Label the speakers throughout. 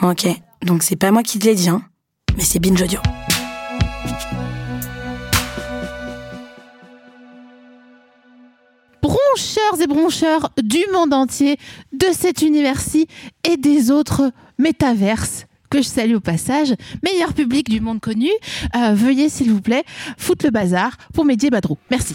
Speaker 1: Ok, donc c'est pas moi qui te l'ai dit, hein, mais c'est Binge Audio.
Speaker 2: broncheurs et broncheurs du monde entier, de cet universi et des autres métaverses que je salue au passage, meilleur public du monde connu, euh, veuillez s'il vous plaît foutre le bazar pour Mehdi et Badrou. Merci.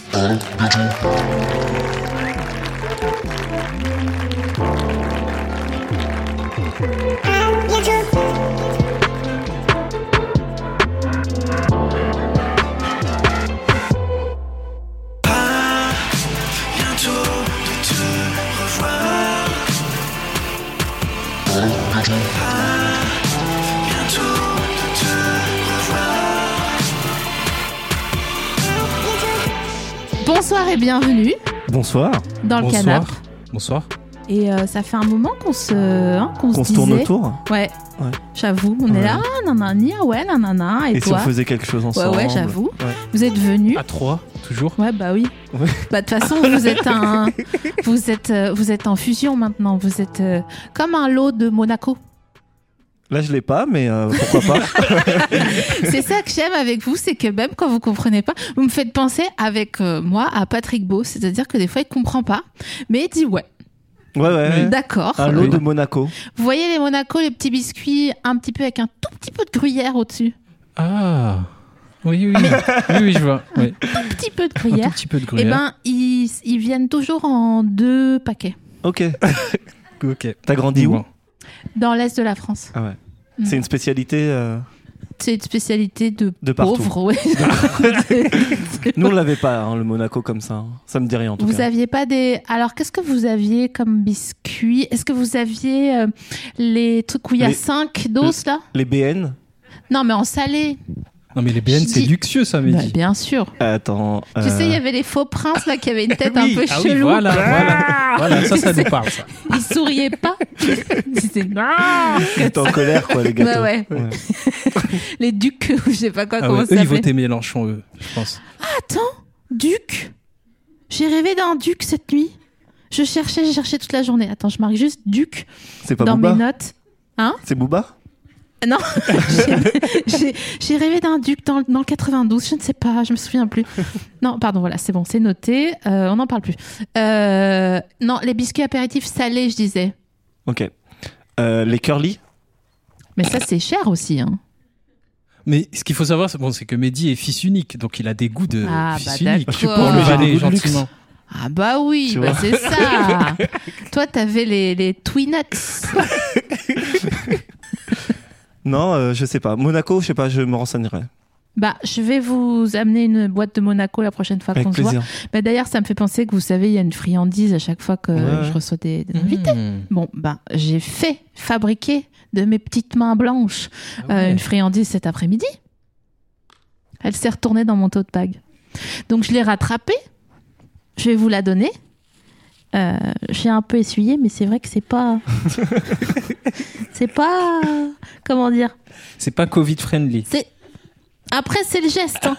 Speaker 2: Bonsoir et bienvenue
Speaker 3: Bonsoir.
Speaker 2: dans le
Speaker 4: Bonsoir.
Speaker 2: canap.
Speaker 4: Bonsoir.
Speaker 2: Et euh, ça fait un moment qu'on se, hein, qu'on
Speaker 3: Qu'on se
Speaker 2: disait.
Speaker 3: tourne autour.
Speaker 2: Ouais.
Speaker 3: Ouais.
Speaker 2: J'avoue, on est
Speaker 3: Ouais.
Speaker 2: là, nanani, ah ouais, nanana, et,
Speaker 3: Et, si on
Speaker 2: toi
Speaker 3: faisait quelque chose ensemble.
Speaker 2: ouais, j'avoue.
Speaker 3: Ouais.
Speaker 2: Vous êtes venu
Speaker 4: À 3, toujours.
Speaker 2: Ouais, bah oui.
Speaker 3: Ouais.
Speaker 2: Bah de toute façon, vous êtes un, vous êtes, euh, vous êtes en fusion maintenant. Vous êtes euh, comme un lot de Monaco.
Speaker 3: Là, je l'ai pas, mais euh, pourquoi pas.
Speaker 2: C'est ça que j'aime avec vous, c'est que même quand vous comprenez pas, vous me faites penser avec euh, moi à Patrick Beau, c'est-à-dire que des fois il comprend pas, mais il dit ouais,
Speaker 3: Ouais, ouais.
Speaker 2: d'accord.
Speaker 4: Ah.
Speaker 3: Un lot de Monaco.
Speaker 2: Vous voyez les Monaco, les petits biscuits, un petit peu avec un tout petit peu de gruyère au-dessus,
Speaker 4: Ah. Oui, oui, oui. oui, oui, je vois. Oui.
Speaker 2: un petit peu de
Speaker 4: Un tout
Speaker 2: gruyère.
Speaker 4: petit peu de
Speaker 2: Eh
Speaker 4: gruyère.
Speaker 2: ben, ils, ils viennent toujours en deux paquets
Speaker 3: Ok.
Speaker 4: ok.
Speaker 3: T'as grandi où
Speaker 4: Bon.
Speaker 2: dans l'est de la France.
Speaker 3: Ah ouais.
Speaker 2: Mm.
Speaker 3: C'est une spécialité. euh,
Speaker 2: C'est une spécialité de,
Speaker 3: De partout.
Speaker 2: pauvres. ouais.
Speaker 3: Nous, on l'avait pas, hein, le Monaco comme ça. hein. Ça me dit rien en tout
Speaker 2: Vous
Speaker 3: cas.
Speaker 2: aviez pas des. Alors, qu'est-ce que vous aviez comme biscuit Est-ce que vous aviez euh, les trucs où il y a
Speaker 3: Les-
Speaker 2: 5 doses là
Speaker 3: Les BN.
Speaker 2: Non, mais en salé.
Speaker 4: Non, mais les BN,
Speaker 2: Je
Speaker 4: c'est
Speaker 2: dis-
Speaker 4: luxueux, ça,
Speaker 2: Bah,
Speaker 4: Mehdi.
Speaker 2: bien sûr.
Speaker 3: Attends.
Speaker 2: Tu
Speaker 3: euh,
Speaker 2: sais, il y avait les faux princes là qui avaient une tête un
Speaker 4: Oui,
Speaker 2: peu
Speaker 4: ah oui,
Speaker 2: chelou.
Speaker 4: voilà, voilà, voilà, ça, ça nous parle, ça.
Speaker 2: Ils souriaient pas. Ils disaient, Ah
Speaker 3: t'es en colère, quoi, les gâteaux.
Speaker 2: Ouais, ouais.
Speaker 3: Ouais.
Speaker 2: Les ducs, ou je sais pas quoi,
Speaker 4: Ah
Speaker 2: comment
Speaker 4: ouais,
Speaker 2: ça
Speaker 4: eux, ils
Speaker 2: s'appelait.
Speaker 4: votaient Mélenchon, eux, je pense.
Speaker 2: Attends, duc J'ai rêvé d'un duc cette nuit. Je cherchais, j'ai cherché toute la journée. Attends, je marque juste duc
Speaker 3: C'est pas
Speaker 2: dans
Speaker 3: Booba
Speaker 2: mes notes.
Speaker 3: C'est Booba
Speaker 2: J'ai- J'ai j'ai rêvé d'un duc dans, le- dans le 92, je ne sais pas, je me souviens plus. Non, pardon, voilà, c'est bon, c'est noté, euh, on n'en parle plus. Euh, non, les biscuits apéritifs salés, je disais.
Speaker 3: Ok. Euh, les curly
Speaker 2: Mais ça, c'est cher aussi. Hein.
Speaker 4: Mais ce qu'il faut savoir, c'est bon, c'est que Mehdi est fils unique, donc il a des goûts de
Speaker 3: Euh,
Speaker 2: Ah, bah,
Speaker 4: fils unique.
Speaker 2: d'accord.
Speaker 4: Pour le
Speaker 2: J'ai
Speaker 3: des
Speaker 4: valet,
Speaker 3: goûts de luxe.
Speaker 4: gentiment.
Speaker 2: Ah bah oui,
Speaker 3: Tu
Speaker 2: bah
Speaker 3: vois.
Speaker 2: c'est ça. Toi, t'avais les, les Twinets.
Speaker 3: Non, euh, je sais pas. Monaco, je sais pas, je me renseignerai.
Speaker 2: Bah, je vais vous amener une boîte de Monaco la prochaine fois
Speaker 3: Avec
Speaker 2: qu'on se voit.
Speaker 3: plaisir.
Speaker 2: Bah, D'ailleurs, ça me fait penser que vous savez, il y a une friandise à chaque fois que
Speaker 3: Ouais.
Speaker 2: je reçois des, des invités.
Speaker 4: Mmh.
Speaker 2: Bon, ben, j'ai fait fabriquer de mes petites mains blanches
Speaker 4: Ah
Speaker 2: euh,
Speaker 4: ouais.
Speaker 2: une friandise cet après-midi. Elle s'est retournée dans mon tote bag. Donc, je l'ai rattrapée. Je vais vous la donner. Euh, j'ai un peu essuyé, mais c'est vrai que c'est pas. c'est pas. Comment dire
Speaker 4: C'est pas Covid-friendly.
Speaker 2: C'est. Après, c'est le geste. hein.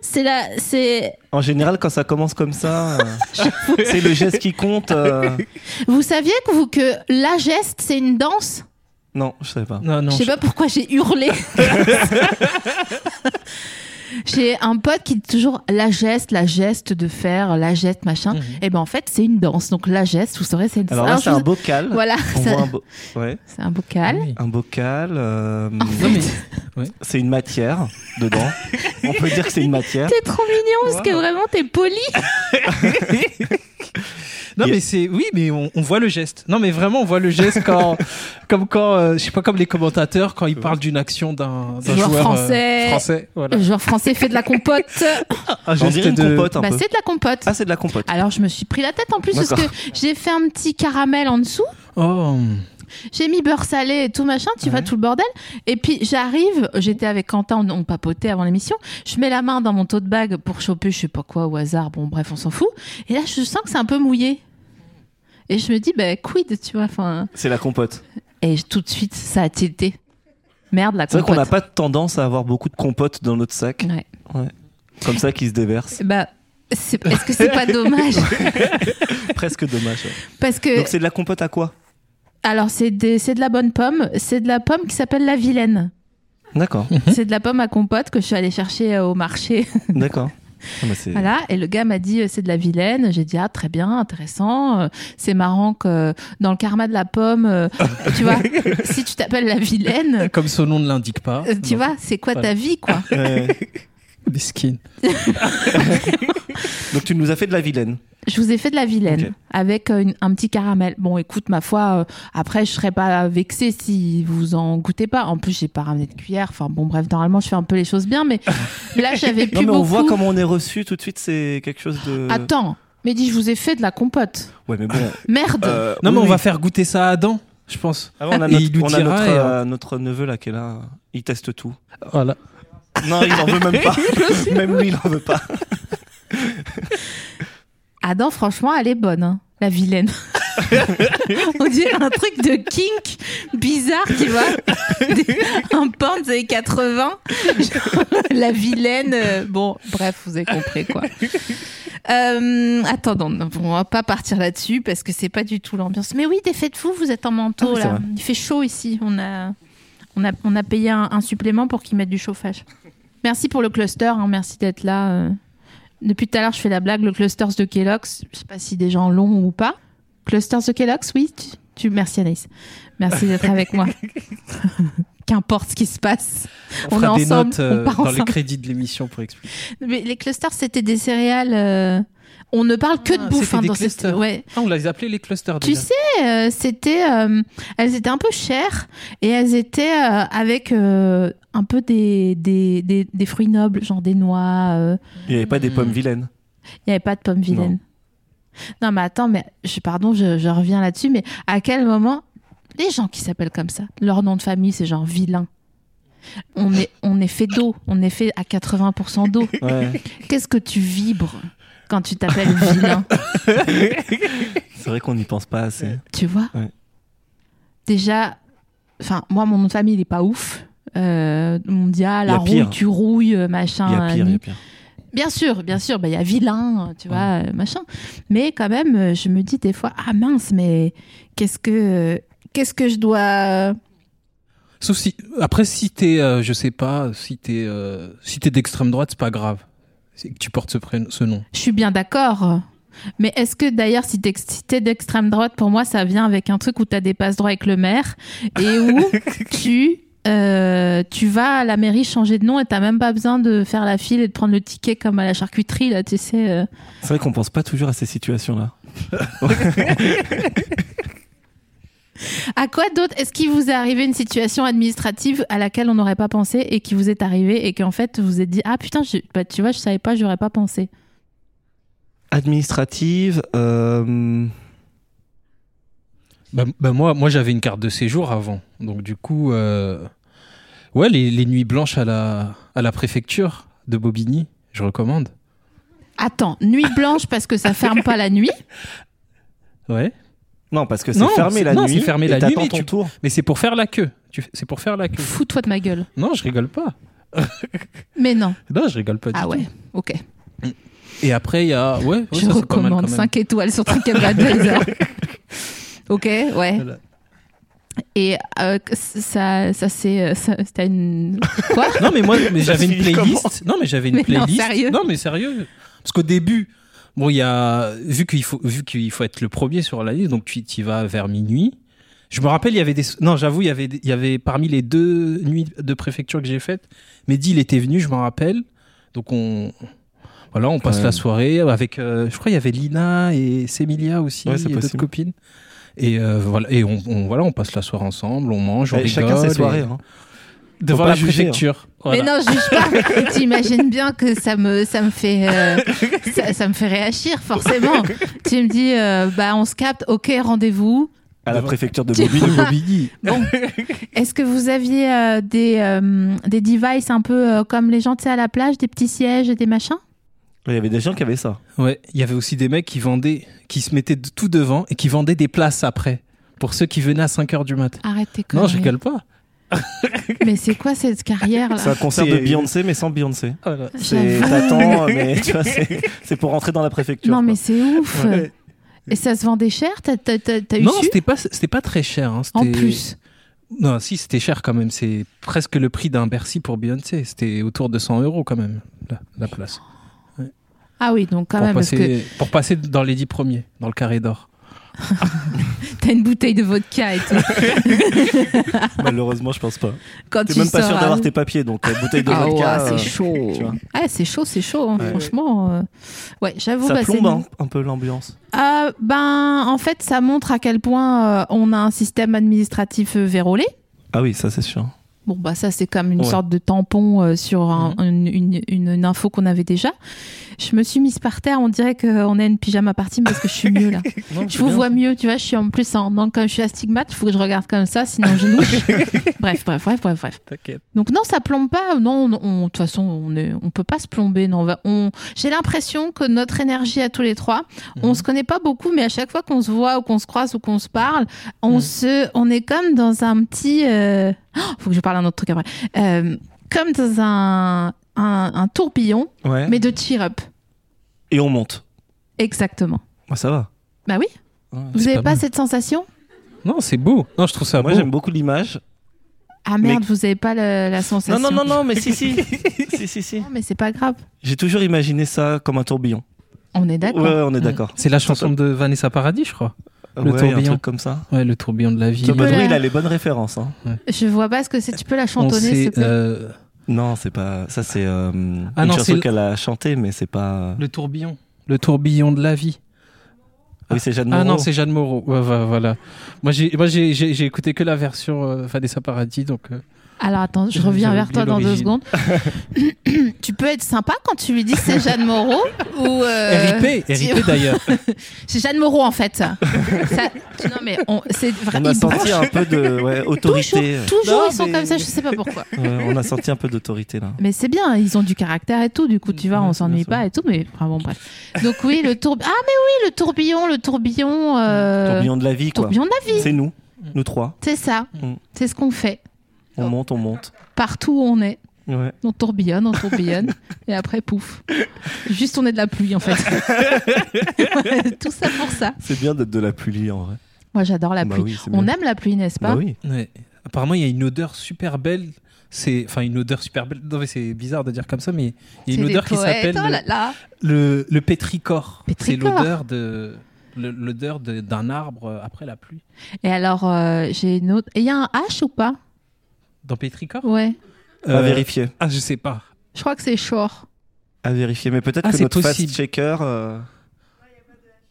Speaker 2: C'est la. C'est.
Speaker 3: En général, quand ça commence comme ça, euh, c'est le geste qui compte. euh,
Speaker 2: Vous saviez que vous que la geste, c'est une danse
Speaker 3: Non, je savais pas.
Speaker 4: Non, non.
Speaker 2: je sais
Speaker 4: je-
Speaker 2: pas pourquoi j'ai hurlé. j'ai un pote qui dit toujours la geste, la geste de faire, la geste machin.
Speaker 4: Mhm.
Speaker 2: Et ben en fait, c'est une danse. Donc la geste, vous saurez, c'est une danse.
Speaker 3: Mm. Alors là,
Speaker 2: Alors,
Speaker 3: c'est
Speaker 2: je
Speaker 3: un
Speaker 2: vous-
Speaker 3: bocal.
Speaker 2: Voilà,
Speaker 3: On
Speaker 2: ça-
Speaker 3: voit Mm. un, bo- ouais,
Speaker 2: c'est un bocal.
Speaker 4: Oui.
Speaker 3: un bocal. euh,
Speaker 4: Non, mais
Speaker 3: C'est une matière dedans. On peut dire que c'est une matière.
Speaker 2: T'es trop mignon parce que
Speaker 3: Wow. Ah
Speaker 2: vraiment t'es poli.
Speaker 4: Non
Speaker 3: Il y a-
Speaker 4: mais c'est oui mais on, on voit le geste. Non mais vraiment on voit le geste quand comme quand euh, je sais pas comme les commentateurs quand ils parlent d'une action d'un d'un
Speaker 2: Joueur
Speaker 4: joueur, euh,
Speaker 2: français. Mm.
Speaker 4: français
Speaker 3: bah.
Speaker 4: voilà.
Speaker 2: Le joueur français fait de la compote.
Speaker 3: On
Speaker 4: geste
Speaker 3: dirait une
Speaker 4: de-
Speaker 3: compote un
Speaker 2: bah
Speaker 3: peu.
Speaker 2: c'est de la compote.
Speaker 3: Ah, c'est de la compote.
Speaker 2: Alors je me suis pris la tête en plus parce que
Speaker 3: D'accord.
Speaker 2: j'ai fait un petit caramel en dessous.
Speaker 4: Oh
Speaker 2: J'ai mis beurre salé et tout machin, tu vois, tout le bordel. Et puis j'arrive, j'étais avec Quentin, on, on papotait avant l'émission. Je mets la main dans mon taux de bague pour choper, je sais pas quoi, au hasard. Bon, bref, on s'en fout. Et là, je sens que c'est un peu mouillé. Et je me dis, ben, quid, tu vois. Enfin,
Speaker 3: C'est la compote.
Speaker 2: et je- tout de suite, ça a tilté. Merde, la
Speaker 3: C'est vrai qu'on
Speaker 2: compote.
Speaker 3: n'a pas tendance à avoir beaucoup de compotes dans notre sac,
Speaker 2: Ouais.
Speaker 3: comme ça qui se déverse.
Speaker 2: Bah, c'est- est-ce que c'est pas dommage
Speaker 3: Presque dommage. ouais.
Speaker 2: Parce que
Speaker 3: Donc c'est de la compote à quoi
Speaker 2: alors c'est des- c'est de la bonne pomme, c'est de la pomme qui s'appelle la vilaine.
Speaker 3: D'accord,
Speaker 2: C'est de la pomme à compote que je suis allée chercher euh, au marché.
Speaker 3: d'accord. Ah bah, c'est-
Speaker 2: Voilà, et le gars m'a dit euh, c'est de la vilaine. J'ai dit ah très bien, intéressant. Euh, C'est marrant que euh, dans le karma de la pomme, euh, tu vois, si tu t'appelles la vilaine,
Speaker 4: Comme son nom ne l'indique pas.
Speaker 2: euh, tu
Speaker 4: Donc,
Speaker 2: vois, c'est quoi ta
Speaker 4: Voilà.
Speaker 2: vie quoi
Speaker 3: Ouais.
Speaker 4: Miskin.
Speaker 3: Donc tu nous as fait de la vilaine.
Speaker 2: Je vous ai fait de la vilaine
Speaker 3: Ok.
Speaker 2: avec euh, une- un petit caramel. Bon, écoute, ma foi, euh, après, je serais pas vexée si vous en goûtez pas. En plus, j'ai pas ramené de cuillère. Enfin, bon, bref, normalement, je fais un peu les choses bien, mais là, j'avais plus
Speaker 3: Non mais
Speaker 2: beaucoup.
Speaker 3: on voit comment euh, on est reçu tout de suite, c'est quelque chose de.
Speaker 2: Attends, mais dis, je vous ai fait de la compote.
Speaker 3: Ouais mais bon.
Speaker 2: Merde.
Speaker 3: euh,
Speaker 4: Non, mais
Speaker 3: oui,
Speaker 4: on
Speaker 3: oui.
Speaker 4: va faire goûter ça à Adam, je pense.
Speaker 3: Ah ouais, on a
Speaker 4: Et
Speaker 3: notre,
Speaker 4: il nous
Speaker 3: on a
Speaker 4: dira,
Speaker 3: notre,
Speaker 4: et,
Speaker 3: euh, notre neveu là qui est là, il teste tout.
Speaker 4: Voilà.
Speaker 3: Non, il en veut même pas. même lui, il en veut pas.
Speaker 2: Adam, franchement, elle est bonne, hein, la vilaine. On dirait un truc de kink bizarre, tu vois. Des- Un porn des années 80. Genre, la vilaine. euh, Bon, bref, vous avez compris, quoi. Euh, attendons, non, on va pas partir là-dessus parce que c'est pas du tout l'ambiance. Mais oui, défaites-vous, vous êtes en
Speaker 3: Ah
Speaker 2: manteau,
Speaker 3: oui, c'est
Speaker 2: là.
Speaker 3: vrai.
Speaker 2: Il fait chaud ici. On a, on a, on a payé un, un supplément pour qu'ils mettent du chauffage. Merci pour le cluster, hein, merci d'être là. euh. Depuis tout à l'heure, je fais la blague, le Clusters de Kellogg's. Je sais pas si des gens l'ont ou pas. Clusters de Kellogg's, oui. Tu, tu- merci Anaïs. Merci d'être avec moi. Qu'importe ce qui se passe.
Speaker 4: On,
Speaker 2: On
Speaker 4: fera
Speaker 2: est
Speaker 4: des
Speaker 2: ensemble,
Speaker 4: notes euh,
Speaker 2: on part
Speaker 4: dans les
Speaker 2: ensemble.
Speaker 4: crédits de l'émission pour expliquer.
Speaker 2: Mais les clusters, c'était des céréales. euh, On ne parle que de
Speaker 4: Ah,
Speaker 2: bouffe
Speaker 4: c'était
Speaker 2: hein,
Speaker 4: des
Speaker 2: dans cette.
Speaker 4: clusters.
Speaker 2: Ouais.
Speaker 4: Ah, on les appelés les clusters.
Speaker 2: Tu sais, euh, c'était, euh, elles étaient un peu chères et elles étaient euh, avec euh, un peu des, des, des, des fruits nobles, genre des noix. euh,
Speaker 3: Il n'y avait pas des
Speaker 4: Hmm.
Speaker 3: pommes vilaines.
Speaker 2: Il n'y avait pas de pommes vilaines. Non, mais attends, mais je, pardon, je, je reviens là-dessus, mais à quel moment les gens qui s'appellent comme ça, leur nom de famille, c'est genre vilain. On est, on est fait d'eau, on est fait à 80% d'eau.
Speaker 3: Ouais.
Speaker 2: Qu'est-ce que tu vibres quand tu t'appelles vilain,
Speaker 3: C'est vrai qu'on n'y pense pas assez.
Speaker 2: tu vois
Speaker 3: Ouais.
Speaker 2: Déjà, enfin, moi, mon nom de famille, il est pas ouf. Euh, mondial,
Speaker 3: Il y a
Speaker 2: la rouille,
Speaker 3: pire.
Speaker 2: tu rouilles, euh, machin.
Speaker 3: Il y
Speaker 4: Ah,
Speaker 3: a pire,
Speaker 2: euh,
Speaker 3: il y a pire.
Speaker 2: Bien sûr, bien sûr, bah, il y a vilain, tu vois, euh, machin. Mais quand même, euh, je me dis des fois, ah mince, mais qu'est-ce que, qu'est-ce que je dois.
Speaker 4: Sauf si après si t'es euh, je sais pas si t'es euh, si t'es d'extrême droite c'est pas grave. C'est que tu portes ce prénom ce nom.
Speaker 2: Je suis bien d'accord. Mais est-ce que d'ailleurs, si t'es si t'es d'extrême droite, pour moi, ça vient avec un truc où t'as des passes droits avec le maire et où tu. euh, tu vas à la mairie changer de nom et t'as même pas besoin de faire la file et de prendre le ticket comme à la charcuterie là tu sais euh.
Speaker 3: C'est vrai qu'on pense pas toujours à ces situations-là.
Speaker 2: À quoi d'autre est-ce qu'il vous est arrivé une situation administrative à laquelle on n'aurait pas pensé et qui vous est arrivée et qu'en fait vous vous êtes dit ah putain je- bah, tu vois je savais pas j'aurais pas pensé.
Speaker 3: Administrative, euh,
Speaker 4: Bah, bah, moi moi j'avais une carte de séjour avant donc du coup euh, ouais les, les nuits blanches à la à la préfecture de Bobigny je recommande.
Speaker 2: Attends nuit blanche parce que ça ferme pas la nuit.
Speaker 4: Ouais.
Speaker 3: non parce que c'est
Speaker 4: Non,
Speaker 3: fermé
Speaker 4: c'est-
Speaker 3: la
Speaker 4: non,
Speaker 3: nuit.
Speaker 4: c'est fermé
Speaker 3: et
Speaker 4: la nuit,
Speaker 3: t'attends
Speaker 4: mais
Speaker 3: ton
Speaker 4: tu-
Speaker 3: tour.
Speaker 4: Mais c'est pour faire la queue. Tu fais- C'est pour faire la queue.
Speaker 2: Fous-toi de ma gueule.
Speaker 4: Non je rigole pas.
Speaker 2: Mais non.
Speaker 4: Non je rigole pas du
Speaker 2: Ah
Speaker 4: tout.
Speaker 2: ouais. Ok.
Speaker 4: Et après il y a ouais, ouais,
Speaker 2: je
Speaker 4: ça, c'est pas mal, quand
Speaker 2: recommande
Speaker 4: même.
Speaker 2: 5 étoiles sur TripAdvisor. ok ouais.
Speaker 4: Voilà.
Speaker 2: Et euh, ça ça c'est euh, ça- t'as une quoi
Speaker 4: Non mais moi mais
Speaker 3: Ça
Speaker 4: j'avais une
Speaker 3: se finit
Speaker 4: playlist. Non mais j'avais une
Speaker 2: Mais non,
Speaker 4: playlist.
Speaker 2: sérieux
Speaker 4: Non, mais sérieux. Parce qu'au début bon il y a vu qu'il faut vu qu'il faut être le premier sur la liste donc tu tu y vas vers minuit. Je me rappelle il y avait des non j'avoue il y avait des- il y avait parmi les deux nuits de préfecture que j'ai faites Mehdi il était venu je m'en rappelle donc on voilà on passe
Speaker 3: Ouais.
Speaker 4: la soirée avec euh, je crois il y avait Lina et Sémilia aussi
Speaker 3: Ouais, c'est
Speaker 4: et d'autres
Speaker 3: possible.
Speaker 4: copines et euh, voilà et on, on- voilà on passe la soirée ensemble on mange on
Speaker 3: Eh,
Speaker 4: rigole
Speaker 3: Chacun ses
Speaker 4: et-
Speaker 3: soirées. hein.
Speaker 4: devant
Speaker 3: pas
Speaker 4: la
Speaker 3: juger, hein.
Speaker 4: préfecture Voilà.
Speaker 2: Mais non, je juge pas. tu imagines bien que ça me, ça me fait, euh, ça, ça me fait réagir forcément. tu me dis, euh, bah on se capte, ok, rendez-vous.
Speaker 3: À la
Speaker 4: Devant-
Speaker 3: préfecture de
Speaker 2: Tu
Speaker 3: Bobigny.
Speaker 2: vois. Bon, est-ce que vous aviez euh, des, euh, des devices un peu euh, comme les gens tu sais, à la plage, des petits sièges et des machins
Speaker 3: Il y avait des gens qui avaient ça.
Speaker 4: Ouais, il y avait aussi des mecs qui vendaient, qui se mettaient de- tout devant et qui vendaient des places après pour ceux qui venaient à 5 h du mat.
Speaker 2: Arrête tes
Speaker 4: Non,
Speaker 2: conneries.
Speaker 4: je rigole pas.
Speaker 2: Mais c'est quoi cette carrière
Speaker 3: C'est
Speaker 2: là
Speaker 3: un concert
Speaker 4: C'est-
Speaker 3: de Beyoncé mais sans Beyoncé.
Speaker 4: Ah
Speaker 3: C'est
Speaker 2: J'avoue.
Speaker 3: t'attends mais tu vois c'est c'est pour rentrer dans la préfecture.
Speaker 2: Non mais
Speaker 3: quoi.
Speaker 2: c'est ouf. Et ça se vendait cher T'as t'as- t'as- t'as eu
Speaker 4: Non,
Speaker 2: su
Speaker 4: c'était pas, c'était pas très cher. hein,
Speaker 2: En
Speaker 4: c'était-
Speaker 2: plus.
Speaker 4: Non, si, c'était cher quand même. C'est presque le prix d'un Bercy pour Beyoncé. C'était autour de 100 euros quand même, la, la place.
Speaker 2: Ah oui, donc quand
Speaker 4: pour,
Speaker 2: même,
Speaker 4: passer,
Speaker 2: parce
Speaker 4: pour passer dans les 10 premiers, dans le carré d'or.
Speaker 2: que t'as une bouteille de vodka et tout.
Speaker 3: Malheureusement, je pense pas.
Speaker 2: Quand
Speaker 3: T'es
Speaker 2: tu
Speaker 3: même pas sûr
Speaker 2: sors à-
Speaker 3: d'avoir tes papiers, donc euh, bouteille de
Speaker 2: ah
Speaker 3: vodka.
Speaker 2: ouais,
Speaker 3: euh,
Speaker 2: c'est chaud.
Speaker 3: tu vois.
Speaker 2: Ah, c'est chaud, c'est chaud, hein,
Speaker 3: Ouais.
Speaker 2: franchement. euh. Ouais, j'avoue.
Speaker 3: Ça
Speaker 2: bah, c'est
Speaker 3: plombe hein, un peu l'ambiance.
Speaker 2: Euh, ben, en fait, ça montre à quel point euh, on a un système administratif euh, vérolé.
Speaker 3: Ah oui, ça c'est sûr.
Speaker 2: Bon, bah ça, c'est comme une
Speaker 4: Ouais.
Speaker 2: sorte de tampon euh, sur
Speaker 3: Mhm.
Speaker 2: un- une, une- une- une info qu'on avait déjà. Je me suis mise par terre, on dirait qu'on a une pyjama party parce que je suis mieux là. je vous vois mieux, tu vois, je suis en plus en... Donc, comme je suis astigmate, il faut que je regarde comme ça, sinon je louche. bref, bref, bref, bref, bref.
Speaker 4: T'inquiète.
Speaker 2: Donc non, ça plombe pas. Non, on- on- de toute façon, on est, on peut pas se plomber. Non, on va- on- j'ai l'impression que notre énergie à tous les trois, on
Speaker 4: Mhm.
Speaker 2: se connaît pas beaucoup, mais à chaque fois qu'on se voit ou qu'on se croise ou qu'on se parle, on
Speaker 4: Mhm.
Speaker 2: se, on est comme dans un petit. euh, oh, faut que je parle un autre truc après. Euh, comme dans un, un, un tourbillon,
Speaker 3: Ouais.
Speaker 2: mais de cheer up.
Speaker 3: Et on monte.
Speaker 2: Exactement.
Speaker 3: Ah, ça va.
Speaker 2: Bah oui.
Speaker 3: Ouais.
Speaker 2: Vous
Speaker 4: C'est
Speaker 2: avez
Speaker 4: pas
Speaker 2: pas,
Speaker 4: mal.
Speaker 2: cette sensation
Speaker 4: Non, c'est beau. Non, je trouve ça
Speaker 3: Moi
Speaker 4: beau.
Speaker 3: j'aime beaucoup l'image.
Speaker 2: Ah merde, vous avez pas le- la
Speaker 3: Non
Speaker 2: sensation.
Speaker 3: non non non, mais si si si si si.
Speaker 2: Non, mais c'est pas grave.
Speaker 3: J'ai toujours imaginé ça comme un tourbillon.
Speaker 2: On est
Speaker 3: Ouais,
Speaker 2: d'accord.
Speaker 3: ouais, on est d'accord.
Speaker 4: C'est la chanson de Vanessa Paradis, je crois. Le
Speaker 3: Ouais, un
Speaker 4: tourbillon.
Speaker 3: truc comme ça.
Speaker 4: Ouais, le tourbillon de la vie.
Speaker 3: Tom
Speaker 2: peux
Speaker 3: Bono,
Speaker 2: la-
Speaker 3: il a les bonnes références. hein.
Speaker 2: Je vois pas ce que c'est. Tu peux la
Speaker 4: On
Speaker 2: chantonner, s'il te
Speaker 4: sait,
Speaker 2: plaît.
Speaker 4: euh,
Speaker 3: Non, c'est pas. Ça c'est euh,
Speaker 4: Ah
Speaker 3: une
Speaker 4: non, c'est
Speaker 3: chanson
Speaker 4: le-
Speaker 3: qu'elle a chantée, mais c'est pas.
Speaker 4: le tourbillon. Le tourbillon de la vie.
Speaker 3: Oui, c'est Jeanne
Speaker 4: Ah non,
Speaker 3: Moreau.
Speaker 4: c'est Jeanne Moreau. Ouais, ouais, voilà. Moi, j'ai, moi, j'ai, j'ai, j'ai écouté que la version euh, Vanessa Paradis, donc. euh,
Speaker 2: Alors attends, je
Speaker 4: J'avais
Speaker 2: reviens vers
Speaker 4: oublié
Speaker 2: toi dans deux
Speaker 4: l'origine.
Speaker 2: secondes. tu peux être sympa quand tu lui dis c'est Jeanne Moreau ou euh,
Speaker 4: RIP,
Speaker 2: tu-
Speaker 4: RIP d'ailleurs.
Speaker 2: C'est Jeanne Moreau en fait. Ça- Non mais on- c'est vrai.
Speaker 3: On a
Speaker 2: ils
Speaker 3: senti
Speaker 2: branchent
Speaker 3: un peu de ouais,
Speaker 2: toujours,
Speaker 3: autorité.
Speaker 2: toujours
Speaker 4: Non,
Speaker 2: ils sont
Speaker 4: mais-
Speaker 2: comme ça. Je sais pas pourquoi.
Speaker 3: Ouais, on a senti un peu d'autorité là.
Speaker 2: Mais c'est bien, ils ont du caractère et tout. Du coup, tu vois, on
Speaker 4: Ouais,
Speaker 2: s'ennuie
Speaker 4: bien sûr.
Speaker 2: pas et tout. Mais enfin, bon, bref. Donc oui, le tourbillon. Ah mais oui, le tourbillon, le tourbillon. euh,
Speaker 3: tourbillon de la vie quoi.
Speaker 2: tourbillon de la vie.
Speaker 3: C'est nous, nous trois.
Speaker 2: C'est ça.
Speaker 3: Mm.
Speaker 2: C'est ce qu'on fait
Speaker 3: On
Speaker 2: Oh.
Speaker 3: monte, on monte.
Speaker 2: partout où on est.
Speaker 3: Ouais.
Speaker 2: On tourbillonne, on tourbillonne, et après, pouf. Juste, on est de la pluie, en fait. Tout ça pour ça.
Speaker 3: C'est bien d'être de la pluie en vrai.
Speaker 2: Moi, j'adore la
Speaker 3: Bah
Speaker 2: pluie.
Speaker 3: oui, c'est
Speaker 2: on
Speaker 3: bien.
Speaker 2: aime la pluie, n'est-ce pas
Speaker 3: Bah oui.
Speaker 4: Ouais. Apparemment, il y a une odeur super belle. C'est, enfin, une odeur super belle. Non, mais c'est bizarre de dire comme ça, mais il y a
Speaker 2: C'est
Speaker 4: une
Speaker 2: des
Speaker 4: odeur qui
Speaker 2: poètes,
Speaker 4: s'appelle
Speaker 2: oh là
Speaker 4: le,
Speaker 2: là.
Speaker 4: le, le pétrichor.
Speaker 2: Pétrichor.
Speaker 4: C'est l'odeur de le- l'odeur de- d'un arbre euh, après la pluie.
Speaker 2: Et alors, euh, j'ai une autre. Il y a un H ou pas
Speaker 4: Dans pétrichor
Speaker 2: Ouais.
Speaker 3: À
Speaker 4: Euh,
Speaker 3: vérifier.
Speaker 4: Ah, je sais pas.
Speaker 2: Je crois que c'est Shore.
Speaker 3: À vérifier. Mais peut-être
Speaker 4: Ah,
Speaker 3: que
Speaker 4: c'est
Speaker 3: notre
Speaker 4: possible.
Speaker 3: fast checker. euh,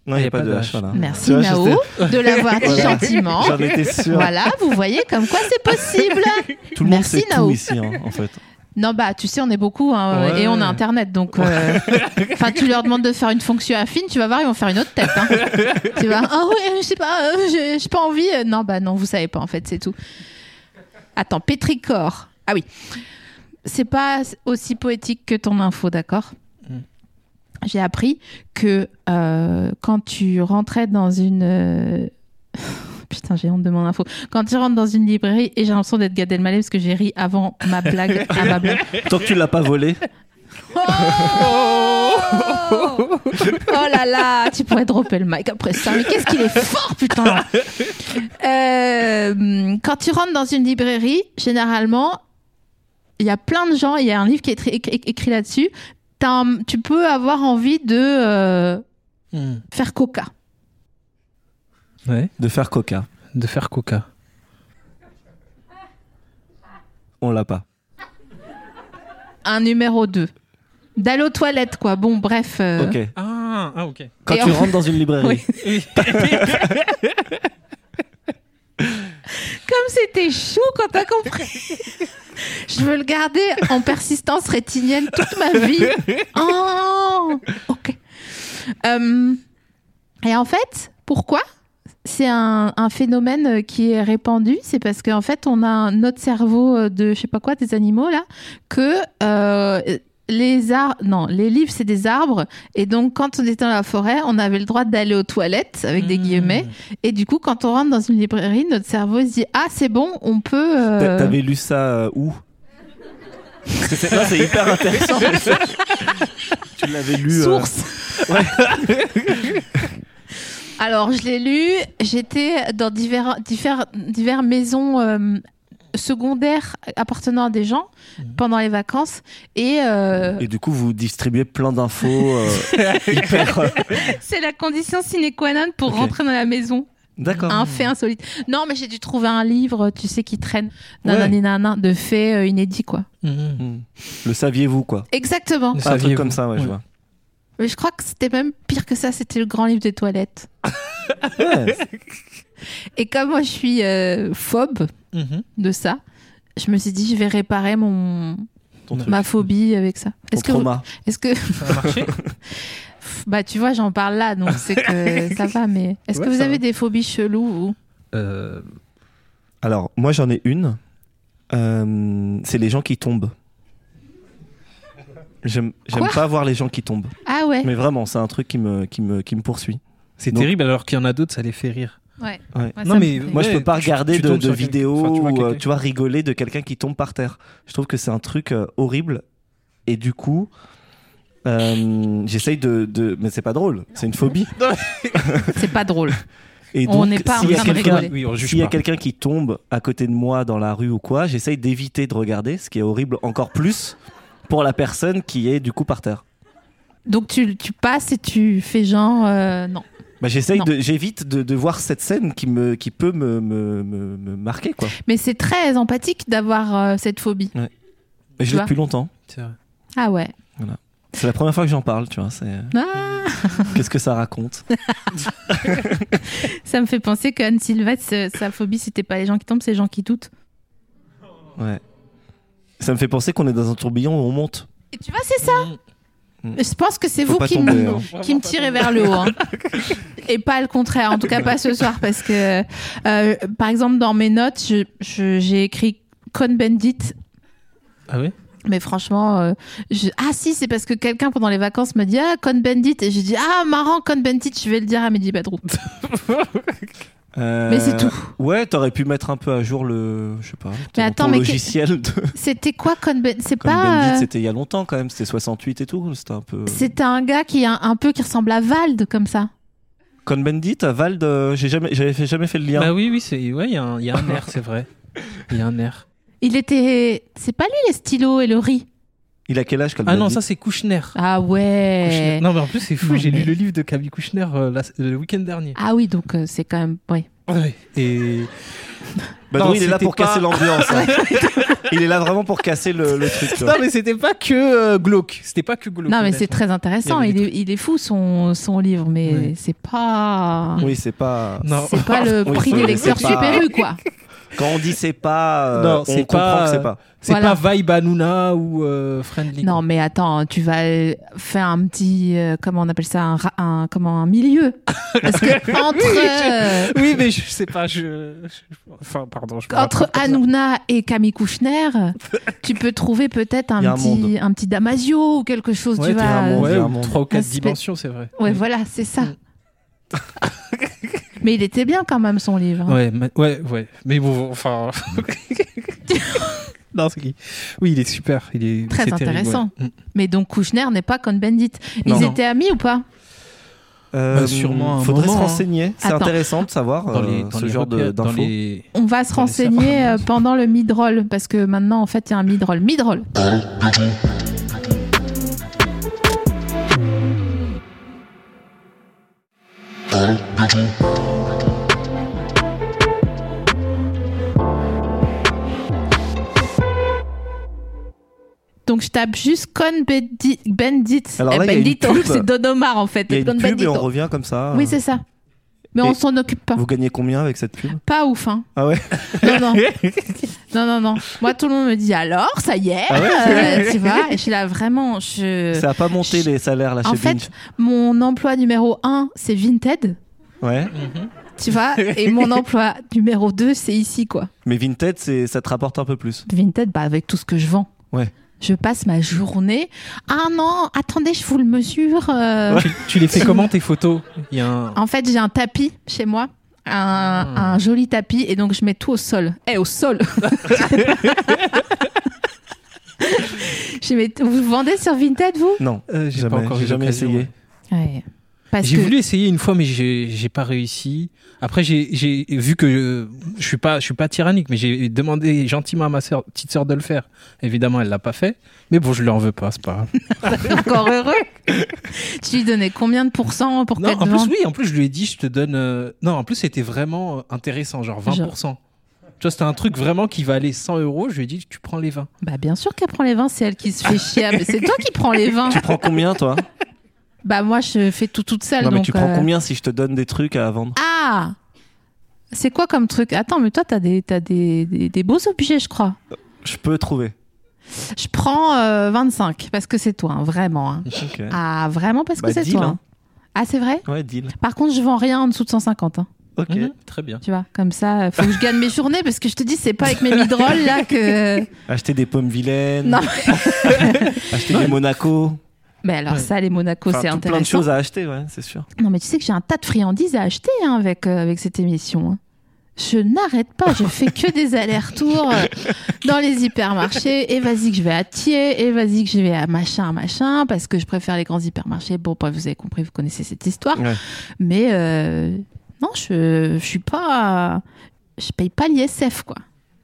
Speaker 3: Non, il
Speaker 4: Ah,
Speaker 3: n'y a pas de H. voilà.
Speaker 2: Merci,
Speaker 3: Tu vois,
Speaker 2: Nao, de l'avoir dit
Speaker 3: Voilà.
Speaker 2: gentiment.
Speaker 3: J'en étais sûr.
Speaker 2: Voilà, vous voyez comme quoi c'est possible.
Speaker 3: Tout le monde
Speaker 2: Merci,
Speaker 3: sait
Speaker 2: Nao.
Speaker 3: tout ici, hein, en fait.
Speaker 2: Non, bah, tu sais, on est beaucoup hein,
Speaker 4: Ouais.
Speaker 2: et on a Internet, donc. euh, Enfin, tu leur demandes de faire une fonction affine, tu vas voir, ils vont faire une autre tête. hein. tu vas, ah ouais, je sais pas, euh, j'ai j'ai pas envie. Euh, Non, bah non, vous savez pas, en fait, c'est tout. Attends, pétricor. Ah oui. C'est pas aussi poétique que ton info, d'accord
Speaker 4: Mm.
Speaker 2: J'ai appris que euh, quand tu rentrais dans une. euh, Putain, j'ai honte de mon info. Quand tu rentres dans une librairie, et j'ai l'impression d'être Gad Elmaleh parce que j'ai ri avant ma blague à ma blague.
Speaker 3: Tant que tu l'as pas volé.
Speaker 2: Oh, là là, tu pourrais dropper le mic après ça. Mais qu'est-ce qu'il est fort, putain Euh, Quand tu rentres dans une librairie, généralement, il y a plein de gens, il y a un livre qui est écrit, écrit- écrit là-dessus. T'as un- Tu peux avoir envie de euh,
Speaker 4: Hmm.
Speaker 2: faire coca.
Speaker 4: Ouais.
Speaker 3: De faire coca.
Speaker 4: De faire coca.
Speaker 3: On l'a pas.
Speaker 2: Un numéro 2. D'aller aux toilettes, quoi. Bon, bref. euh,
Speaker 3: Ok.
Speaker 4: Ah, ah ok.
Speaker 3: Quand
Speaker 2: Et
Speaker 3: tu
Speaker 2: en-
Speaker 3: rentres dans une librairie.
Speaker 2: Comme c'était chou quand t'as compris. Je veux le garder en persistance rétinienne toute ma vie. Oh, ok. Euh, et en fait, pourquoi C'est un, un phénomène euh, qui est répandu. C'est parce qu'en fait, on a un- notre cerveau euh, de je sais pas quoi, des animaux là, que euh, les arbres, non, les livres c'est des arbres. Et donc, quand on était dans la forêt, on avait le droit d'aller aux toilettes avec des
Speaker 4: Hmm.
Speaker 2: guillemets. Et du coup, quand on rentre dans une librairie, notre cerveau se dit Ah, c'est bon, on peut. euh,
Speaker 3: T'a- T'avais lu ça euh, où Parce que c'est- non, c'est hyper intéressant. euh, tu l'avais lu. euh,
Speaker 2: Source Alors, je l'ai lu. J'étais dans divers, divers, divers maisons euh, secondaires appartenant à des gens pendant les vacances. Et, euh,
Speaker 3: Mhm. Et du coup, vous distribuez plein d'infos euh, hyper. euh,
Speaker 2: c'est la condition sine qua non pour
Speaker 3: Ok.
Speaker 2: rentrer dans la maison.
Speaker 3: D'accord.
Speaker 2: Un fait insolite. Non, mais j'ai dû trouver un livre, tu sais, qui traîne nanani,
Speaker 4: Ouais.
Speaker 2: nanan, de faits euh, inédits, quoi.
Speaker 4: Mhm.
Speaker 3: Hmm. Le saviez-vous, quoi
Speaker 2: Exactement.
Speaker 4: Le
Speaker 3: Pas Un truc
Speaker 4: saviez-vous
Speaker 3: comme ça, ouais, je
Speaker 4: Ouais.
Speaker 3: vois.
Speaker 2: Mais je crois que c'était même pire que ça, c'était le grand livre des toilettes.
Speaker 3: Ouais.
Speaker 2: Et comme moi, je suis euh, phobe
Speaker 4: Mhm.
Speaker 2: de ça, je me suis dit, je vais réparer mon,
Speaker 3: Ton truc.
Speaker 2: ma phobie avec ça.
Speaker 3: Ton
Speaker 2: Est-ce que,
Speaker 3: trauma.
Speaker 2: est-ce que,
Speaker 4: Ça a marché
Speaker 2: bah, tu vois, j'en parle là, donc c'est que ça va, mais est-ce que
Speaker 4: Ouais,
Speaker 2: vous
Speaker 4: ça
Speaker 2: avez
Speaker 4: va.
Speaker 2: des phobies cheloues ou...
Speaker 4: Euh,
Speaker 3: Alors, moi, j'en ai une. Euh, c'est les gens qui tombent. J'aime j'aime
Speaker 2: Quoi
Speaker 3: pas voir les gens qui tombent.
Speaker 2: Ah ouais,
Speaker 3: Mais vraiment, c'est un truc qui me, qui me, qui me poursuit.
Speaker 4: C'est
Speaker 3: Non.
Speaker 4: terrible alors qu'il y en a d'autres, ça les fait rire.
Speaker 2: ouais.
Speaker 3: Ouais.
Speaker 2: Ouais,
Speaker 4: Non,
Speaker 2: ça
Speaker 4: mais
Speaker 2: me fait-
Speaker 3: Moi, je
Speaker 4: Ouais,
Speaker 3: peux pas
Speaker 4: tu-
Speaker 3: regarder
Speaker 4: tu
Speaker 3: de,
Speaker 4: tombes
Speaker 3: de
Speaker 4: sur quelqu'un.
Speaker 3: vidéos
Speaker 4: Enfin, tu vois
Speaker 3: ou, euh,
Speaker 4: quelqu'un.
Speaker 3: tu vois, rigoler de quelqu'un qui tombe par terre. Je trouve que c'est un truc euh, horrible. Et du coup, euh, j'essaye de, de- Mais c'est pas drôle, c'est une phobie.
Speaker 2: c'est pas drôle.
Speaker 3: Et
Speaker 2: Ah, On
Speaker 3: donc,
Speaker 2: n'est pas en
Speaker 3: s'il y a
Speaker 2: train de
Speaker 3: quelqu'un-
Speaker 2: rigoler.
Speaker 4: Oui, on juge
Speaker 3: S'il y a
Speaker 4: pas.
Speaker 3: quelqu'un qui tombe à côté de moi dans la rue ou quoi, j'essaye d'éviter de regarder, ce qui est horrible encore plus pour la personne qui est du coup par terre.
Speaker 2: Donc tu, tu passes et tu fais genre, euh, non.
Speaker 3: Bah, j'essaye
Speaker 2: Non.
Speaker 3: de, j'évite de, de voir cette scène qui me, qui peut me, me, me- me marquer quoi.
Speaker 2: Mais c'est très empathique d'avoir euh, cette phobie.
Speaker 3: Et
Speaker 2: Tu
Speaker 3: je l'ai
Speaker 2: vois.
Speaker 3: depuis longtemps.
Speaker 4: C'est vrai.
Speaker 2: Ah ouais.
Speaker 3: C'est la première fois que j'en parle, tu vois. C'est...
Speaker 2: Ah,
Speaker 3: Qu'est-ce que ça raconte
Speaker 2: ça me fait penser qu'Anne Sylvestre, euh, sa phobie, c'était pas les gens qui tombent, c'est les gens qui doutent.
Speaker 3: Ouais. Ça me fait penser qu'on est dans un tourbillon où on monte.
Speaker 2: Et tu vois, c'est ça.
Speaker 3: Mm.
Speaker 2: Je pense que c'est
Speaker 3: Faut
Speaker 2: vous
Speaker 3: pas
Speaker 2: qui
Speaker 3: tomber,
Speaker 2: me,
Speaker 3: hein.
Speaker 2: qui me tirez vers le haut. hein. Et pas le contraire, en tout cas pas ce soir, parce que, euh, par exemple, dans mes notes, je- je- j'ai écrit Con Bandit,
Speaker 4: Ah oui
Speaker 2: mais franchement, euh, je... ah si, c'est parce que quelqu'un pendant les vacances m'a dit Ah, Con Bandit, et j'ai dit Ah, marrant, Con Bandit, je vais le dire à Mehdi Badrou.
Speaker 3: Euh,
Speaker 2: Mais c'est tout.
Speaker 3: Ouais, t'aurais pu mettre un peu à jour le, je sais pas, ton,
Speaker 2: attends,
Speaker 3: ton
Speaker 2: mais que-
Speaker 3: logiciel. De...
Speaker 2: C'était quoi Con Bandit C'est
Speaker 3: Comme
Speaker 2: pas.
Speaker 3: Bandit,
Speaker 2: euh,
Speaker 3: c'était il y a longtemps quand même. C'était 68 et tout. C'était un peu.
Speaker 2: C'était un gars qui a un peu qui ressemble à Vald comme ça.
Speaker 3: Con Bandit, Vald, euh, j'ai jamais, j'avais fait, jamais fait le lien.
Speaker 4: Bah oui, oui, c'est- ouais, il y, a un- il y a un air, c'est vrai. Il y a un air.
Speaker 2: Il était. C'est pas lui les stylos et le riz.
Speaker 3: Il a quel âge Con
Speaker 4: Ah non,
Speaker 3: Bandit
Speaker 4: ça c'est Kouchner.
Speaker 2: Ah
Speaker 4: Kouchner.
Speaker 2: ouais.
Speaker 4: Non, mais en plus, c'est fou.
Speaker 2: Non,
Speaker 4: J'ai
Speaker 2: mais-
Speaker 4: lu le livre de Camille Kouchner euh, la- le week-end dernier.
Speaker 2: Ah oui, donc euh, c'est quand même. Oui.
Speaker 4: Ah Ouais. Et
Speaker 3: Bah
Speaker 4: Non,
Speaker 3: non, il est là
Speaker 4: c'était
Speaker 3: pour
Speaker 4: pas-
Speaker 3: casser l'ambiance. hein. il est là vraiment pour casser le, le truc. tu vois.
Speaker 4: Non, mais c'était pas que euh, glauque. C'était pas que glauque.
Speaker 2: non, mais c'est très intéressant.
Speaker 4: Il y
Speaker 2: Il,
Speaker 4: avait
Speaker 2: est, il est fou son, son livre, mais
Speaker 4: Ouais.
Speaker 2: c'est pas.
Speaker 3: Oui, c'est pas.
Speaker 4: honnêtement.
Speaker 2: C'est pas le
Speaker 3: Oui,
Speaker 2: prix
Speaker 3: c'est-
Speaker 2: des lecteurs
Speaker 3: c'est pas-
Speaker 2: super U, quoi.
Speaker 3: Quand on dit c'est pas, euh,
Speaker 4: Non,
Speaker 3: on
Speaker 4: c'est
Speaker 3: comprend
Speaker 4: pas-
Speaker 3: que c'est pas.
Speaker 4: C'est
Speaker 2: Voilà.
Speaker 4: pas Vibe Hanouna ou euh, Friendly.
Speaker 2: Non, mais attends, tu vas euh, faire un petit. euh, comment on appelle ça un, ra- un- comment, un milieu. Parce que entre. euh,
Speaker 4: Oui, mais je sais pas. Je... je- Enfin, pardon. Je me
Speaker 2: Entre
Speaker 4: rattrape comme ça.
Speaker 2: Hanouna et Camille Kouchner, tu peux trouver peut-être
Speaker 3: Il y a
Speaker 2: un,
Speaker 3: un
Speaker 2: petit, un petit Damasio ou quelque chose.
Speaker 4: Ouais,
Speaker 2: tu
Speaker 4: t'es
Speaker 2: vois.
Speaker 4: un monde,
Speaker 3: t'es
Speaker 4: ouais,
Speaker 3: un
Speaker 4: ou
Speaker 3: monde.
Speaker 4: trois ou quatre
Speaker 2: Aspect-
Speaker 4: dimensions, c'est vrai.
Speaker 2: Ouais, voilà, c'est ça. Mais il était bien quand même son livre. hein.
Speaker 4: Ouais, ma- ouais, ouais. Mais bon, enfin. non, c'est qui Oui, il est super. Il est
Speaker 2: Très
Speaker 4: c'est terrible,
Speaker 2: intéressant.
Speaker 4: ouais. Mm.
Speaker 2: Mais donc Kouchner n'est pas Cohn-Bendit. Ils
Speaker 4: Non.
Speaker 2: étaient amis ou pas
Speaker 3: Euh,
Speaker 4: Bah, sûrement à un
Speaker 3: Faudrait
Speaker 4: moment,
Speaker 3: se
Speaker 4: hein.
Speaker 3: renseigner. C'est
Speaker 2: Attends.
Speaker 3: intéressant de savoir
Speaker 4: Dans
Speaker 3: euh,
Speaker 4: les, dans
Speaker 3: ce
Speaker 4: les
Speaker 3: genre de-
Speaker 4: repères, dans
Speaker 3: d'infos.
Speaker 4: les.
Speaker 2: On va se
Speaker 4: Dans les
Speaker 2: renseigner
Speaker 4: serpents.
Speaker 2: euh, pendant le midroll parce que maintenant en fait il y a un midroll. Midroll. Donc je tape juste Con Bendit. Bendit.
Speaker 3: Alors
Speaker 2: Eh,
Speaker 3: là, il y a une
Speaker 2: Bendito,
Speaker 3: pub.
Speaker 2: c'est Don Omar en fait.
Speaker 3: Il y a
Speaker 2: Don
Speaker 3: une pub et
Speaker 2: Bendito.
Speaker 3: on revient comme ça.
Speaker 2: Oui, c'est ça. Mais
Speaker 3: Et-
Speaker 2: on s'en occupe pas.
Speaker 3: Vous gagnez combien avec cette pub
Speaker 2: Pas ouf, hein.
Speaker 3: Ah ouais
Speaker 2: Non, non. non, non, non. Moi, tout le monde me dit alors, ça y est, euh, tu vois. Et je suis là vraiment. Euh, Je...
Speaker 3: Ah Ça a pas monté les salaires là
Speaker 2: En
Speaker 3: chez
Speaker 2: fait-
Speaker 3: Binge.
Speaker 2: Mon emploi numéro un, c'est Vinted,
Speaker 3: Ouais.
Speaker 2: tu vois. Et mon emploi numéro 2, c'est ici, quoi.
Speaker 3: Mais Vinted, c'est ça te rapporte un peu plus.
Speaker 2: Vinted, bah, avec tout ce que je vends.
Speaker 3: Ouais.
Speaker 2: Je passe ma journée. Ah non, attendez, je vous le mesure. euh,
Speaker 4: Tu, tu les fais comment tes photos Il y a un.
Speaker 2: En fait, j'ai un tapis chez moi. Un,
Speaker 4: Hmm.
Speaker 2: un joli tapis et donc je mets tout au sol. Eh, au sol je mets, Vous vendez sur Vinted, vous
Speaker 3: Non, jamais,
Speaker 4: Euh,
Speaker 3: j'ai
Speaker 4: eu
Speaker 3: jamais
Speaker 4: Euh, l'occasion,
Speaker 3: essayé.
Speaker 4: ouais.
Speaker 2: Ouais. Parce
Speaker 4: J'ai
Speaker 2: que
Speaker 4: voulu essayer une fois, mais j'ai j'ai pas réussi. Après, j'ai j'ai vu que euh, je suis pas, je suis pas tyrannique, mais j'ai demandé gentiment à ma sœur, petite sœur de le faire. Évidemment, elle l'a pas fait. Mais bon, je lui en veux pas, c'est pas grave.
Speaker 2: encore heureux. tu lui donnais combien de pourcents pour
Speaker 4: Non,
Speaker 2: qu'elle te
Speaker 4: en plus,
Speaker 2: vende
Speaker 4: oui, en plus, je lui ai dit, je te donne. euh, Non, en plus, c'était vraiment euh, intéressant, genre 20%. Tu vois, c'était un truc vraiment qui valait 100 euros. Je lui ai dit, tu prends les 20.
Speaker 2: Bah bien sûr qu'elle prend les vins, c'est elle qui se fait chier. Ah, mais c'est toi qui prends les vins.
Speaker 3: Tu prends combien, toi
Speaker 2: Bah moi je fais tout toute seule.
Speaker 3: Non, mais
Speaker 2: donc,
Speaker 3: tu prends
Speaker 2: euh,
Speaker 3: combien si je te donne des trucs à vendre
Speaker 2: Ah C'est quoi comme truc Attends, mais toi t'as des t'as des, des, des beaux objets, je crois.
Speaker 3: Je peux trouver.
Speaker 2: Je prends euh, 25 parce que c'est toi, hein, vraiment. hein.
Speaker 3: Ok.
Speaker 2: Ah vraiment parce
Speaker 3: Bah,
Speaker 2: que c'est
Speaker 3: deal,
Speaker 2: toi.
Speaker 3: hein.
Speaker 2: hein. Ah c'est vrai
Speaker 3: Ouais, deal.
Speaker 2: Par contre, je vends rien en dessous de 150. hein.
Speaker 3: Ok.
Speaker 4: Mhm, Très bien.
Speaker 2: Tu vois, comme ça, euh, faut que je gagne mes journées parce que je te dis, c'est pas avec mes midrolls là que.
Speaker 3: Acheter des pommes vilaines.
Speaker 2: Non.
Speaker 3: Acheter des Monaco.
Speaker 2: Mais alors,
Speaker 4: Ouais.
Speaker 2: ça, les Monaco,
Speaker 3: Enfin,
Speaker 2: c'est
Speaker 3: tout
Speaker 2: intéressant.
Speaker 3: plein de choses à acheter, ouais, c'est sûr.
Speaker 2: Non, mais tu sais que j'ai un tas de friandises à acheter hein, avec, euh, avec cette émission. hein. Je n'arrête pas, je fais que des allers-retours euh, dans les hypermarchés. Et vas-y que je vais à Thiers, et vas-y que je vais à machin, machin, parce que je préfère les grands hypermarchés. Bon, bref, vous avez compris, vous connaissez cette histoire.
Speaker 3: Ouais.
Speaker 2: Mais euh, non, je, je suis pas. Je paye pas l'ISF, quoi.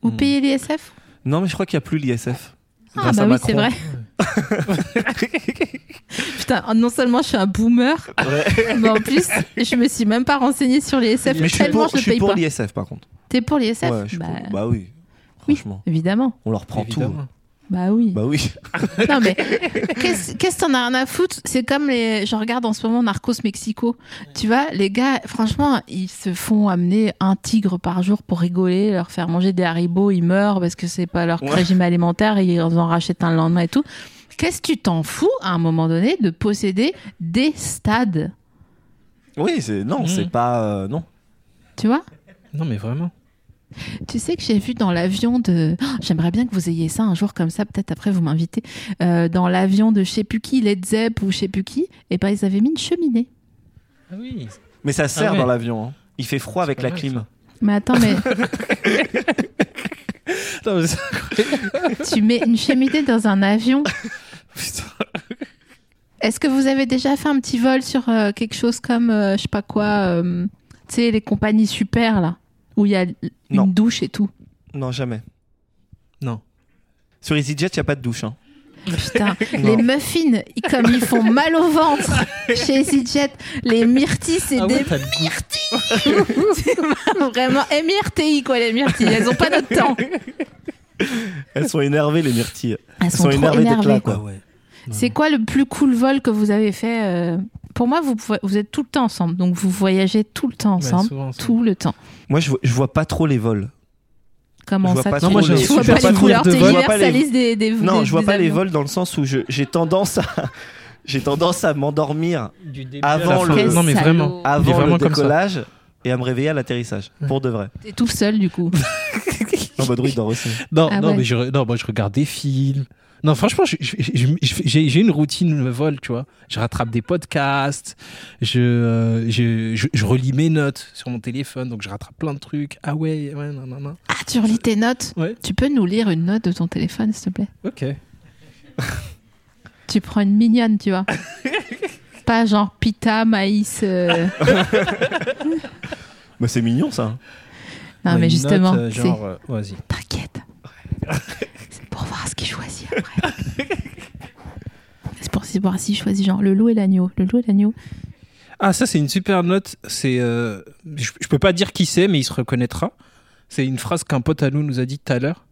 Speaker 2: Vous
Speaker 4: Hmm.
Speaker 2: payez l'ISF
Speaker 3: Non, mais je crois qu'il n'y a plus l'ISF.
Speaker 2: Ah, bah oui, c'est vrai. Putain, oh, non seulement je suis un boomer, mais en plus, je me suis même pas renseignée sur les SF.
Speaker 3: Mais je suis
Speaker 2: tellement
Speaker 3: pour, je
Speaker 2: je ne
Speaker 3: suis
Speaker 2: paye
Speaker 3: pour
Speaker 2: pas.
Speaker 3: l'ISF, par contre.
Speaker 2: T'es pour les SF
Speaker 3: Ouais, je suis
Speaker 2: bah,
Speaker 3: pour- bah oui.
Speaker 2: oui,
Speaker 3: Franchement.
Speaker 2: évidemment.
Speaker 3: On leur prend
Speaker 4: Évidemment.
Speaker 3: tout.
Speaker 2: Bah oui.
Speaker 3: Bah oui.
Speaker 2: Non, mais qu'est-ce qu'est-ce t'en as rien à foutre C'est comme les. Je regarde en ce moment Narcos Mexico. Tu vois, les gars, franchement, ils se font amener un tigre par jour pour rigoler, leur faire manger des haribots, ils meurent parce que c'est pas leur
Speaker 3: Ouais.
Speaker 2: régime alimentaire, ils en rachètent un le lendemain et tout. Qu'est-ce que tu t'en fous à un moment donné de posséder des stades
Speaker 3: Oui, c'est non,
Speaker 4: Mhm.
Speaker 3: c'est pas euh, non.
Speaker 2: Tu vois
Speaker 4: Non, mais vraiment.
Speaker 2: Tu sais que j'ai vu dans l'avion de. Oh, J'aimerais bien que vous ayez ça un jour comme ça, peut-être après vous m'invitez. Euh, dans l'avion de je sais plus qui, Led Zepp ou je sais plus qui, et ben ils avaient mis une cheminée.
Speaker 4: Ah oui.
Speaker 3: Mais ça sert
Speaker 4: ouais.
Speaker 3: dans l'avion. hein. Il fait froid avec
Speaker 4: pas
Speaker 3: la
Speaker 4: mal,
Speaker 3: clim.
Speaker 2: Mais attends, mais
Speaker 4: Non, mais ça-
Speaker 2: tu mets une cheminée dans un avion.
Speaker 4: Putain.
Speaker 2: Est-ce que vous avez déjà fait un petit vol sur euh, quelque chose comme, euh, je sais pas quoi, euh, tu sais, les compagnies super là, où il y a l- une
Speaker 3: Non.
Speaker 2: douche et tout
Speaker 3: Non, jamais.
Speaker 4: Non.
Speaker 3: Sur EasyJet, il n'y a pas de douche. hein.
Speaker 2: Putain, les
Speaker 3: Non.
Speaker 2: muffins, ils- comme ils font mal au ventre chez EasyJet, les myrtilles, c'est
Speaker 4: Ah
Speaker 2: des
Speaker 4: ouais, t'as le goût.
Speaker 2: C'est pas vraiment MIRTI, quoi, les myrtilles. Elles ont pas notre temps.
Speaker 3: Elles sont énervées, les myrtilles.
Speaker 2: Elles
Speaker 3: Elles sont, énervées, d'être là, quoi.
Speaker 4: Ah ouais.
Speaker 2: C'est quoi le plus cool vol que vous avez fait euh, Pour moi, vous, pouvez- vous êtes tout le temps ensemble. Donc, vous voyagez tout le temps
Speaker 4: Ouais,
Speaker 2: ensemble.
Speaker 4: souvent, ensemble.
Speaker 2: Tout le temps.
Speaker 3: Moi, je vois, je vois pas trop les vols.
Speaker 2: Comment
Speaker 3: Je vois
Speaker 2: ça
Speaker 3: pas
Speaker 2: tu-
Speaker 4: trop
Speaker 2: tu
Speaker 4: les-
Speaker 2: vois
Speaker 4: je vois
Speaker 2: pas
Speaker 4: pas
Speaker 2: les
Speaker 4: trop
Speaker 2: couleurs,
Speaker 4: de
Speaker 2: t'es
Speaker 4: vol.
Speaker 3: Je vois pas les-
Speaker 2: universaliste des, des
Speaker 3: Non,
Speaker 2: des-
Speaker 3: je vois
Speaker 2: des
Speaker 3: pas les
Speaker 2: avions.
Speaker 3: vols dans le sens où je- j'ai tendance à j'ai tendance à m'endormir
Speaker 4: Du début
Speaker 3: Avant
Speaker 4: à la fin.
Speaker 3: le-
Speaker 4: Non, mais
Speaker 2: Quel
Speaker 4: vraiment.
Speaker 2: salaud.
Speaker 4: Il est
Speaker 3: avant
Speaker 4: vraiment
Speaker 3: le
Speaker 4: comme ça.
Speaker 3: décollage et à me réveiller à l'atterrissage pour de vrai.
Speaker 2: T'es tout seul, du coup.
Speaker 3: Non, bah, Druid dort aussi.
Speaker 4: Non,
Speaker 2: Ah
Speaker 4: non,
Speaker 2: ouais.
Speaker 4: mais je, re- non, moi je regarde des films. Non, franchement, je- je- je- je- j'ai j'ai une routine vol, tu vois. Je rattrape des podcasts, je, euh, je, je- je relis mes notes sur mon téléphone, donc je rattrape plein de trucs. Ah ouais, ouais, non, non, non.
Speaker 2: Ah, tu relis tes notes
Speaker 4: Ouais.
Speaker 2: Tu peux nous lire une note de ton téléphone, s'il te plaît
Speaker 4: Ok.
Speaker 2: Tu prends une mignonne, tu vois. pas genre pita, maïs. euh,
Speaker 3: Mais Bah, c'est mignon ça. hein.
Speaker 2: Non, Ah,
Speaker 4: Ouais,
Speaker 2: mais
Speaker 4: une
Speaker 2: justement.
Speaker 4: note, euh,
Speaker 2: c'est-
Speaker 4: genre, euh, vas-y.
Speaker 2: T'inquiète. C'est pour voir ce qu'il choisit après. C'est pour voir s'il choisit genre le loup et l'agneau. Le loup et l'agneau.
Speaker 4: Ah, ça, c'est une super note. C'est, euh, je, je peux pas dire qui c'est, mais il se reconnaîtra. C'est une phrase qu'un pote à nous nous a dit tout à l'heure.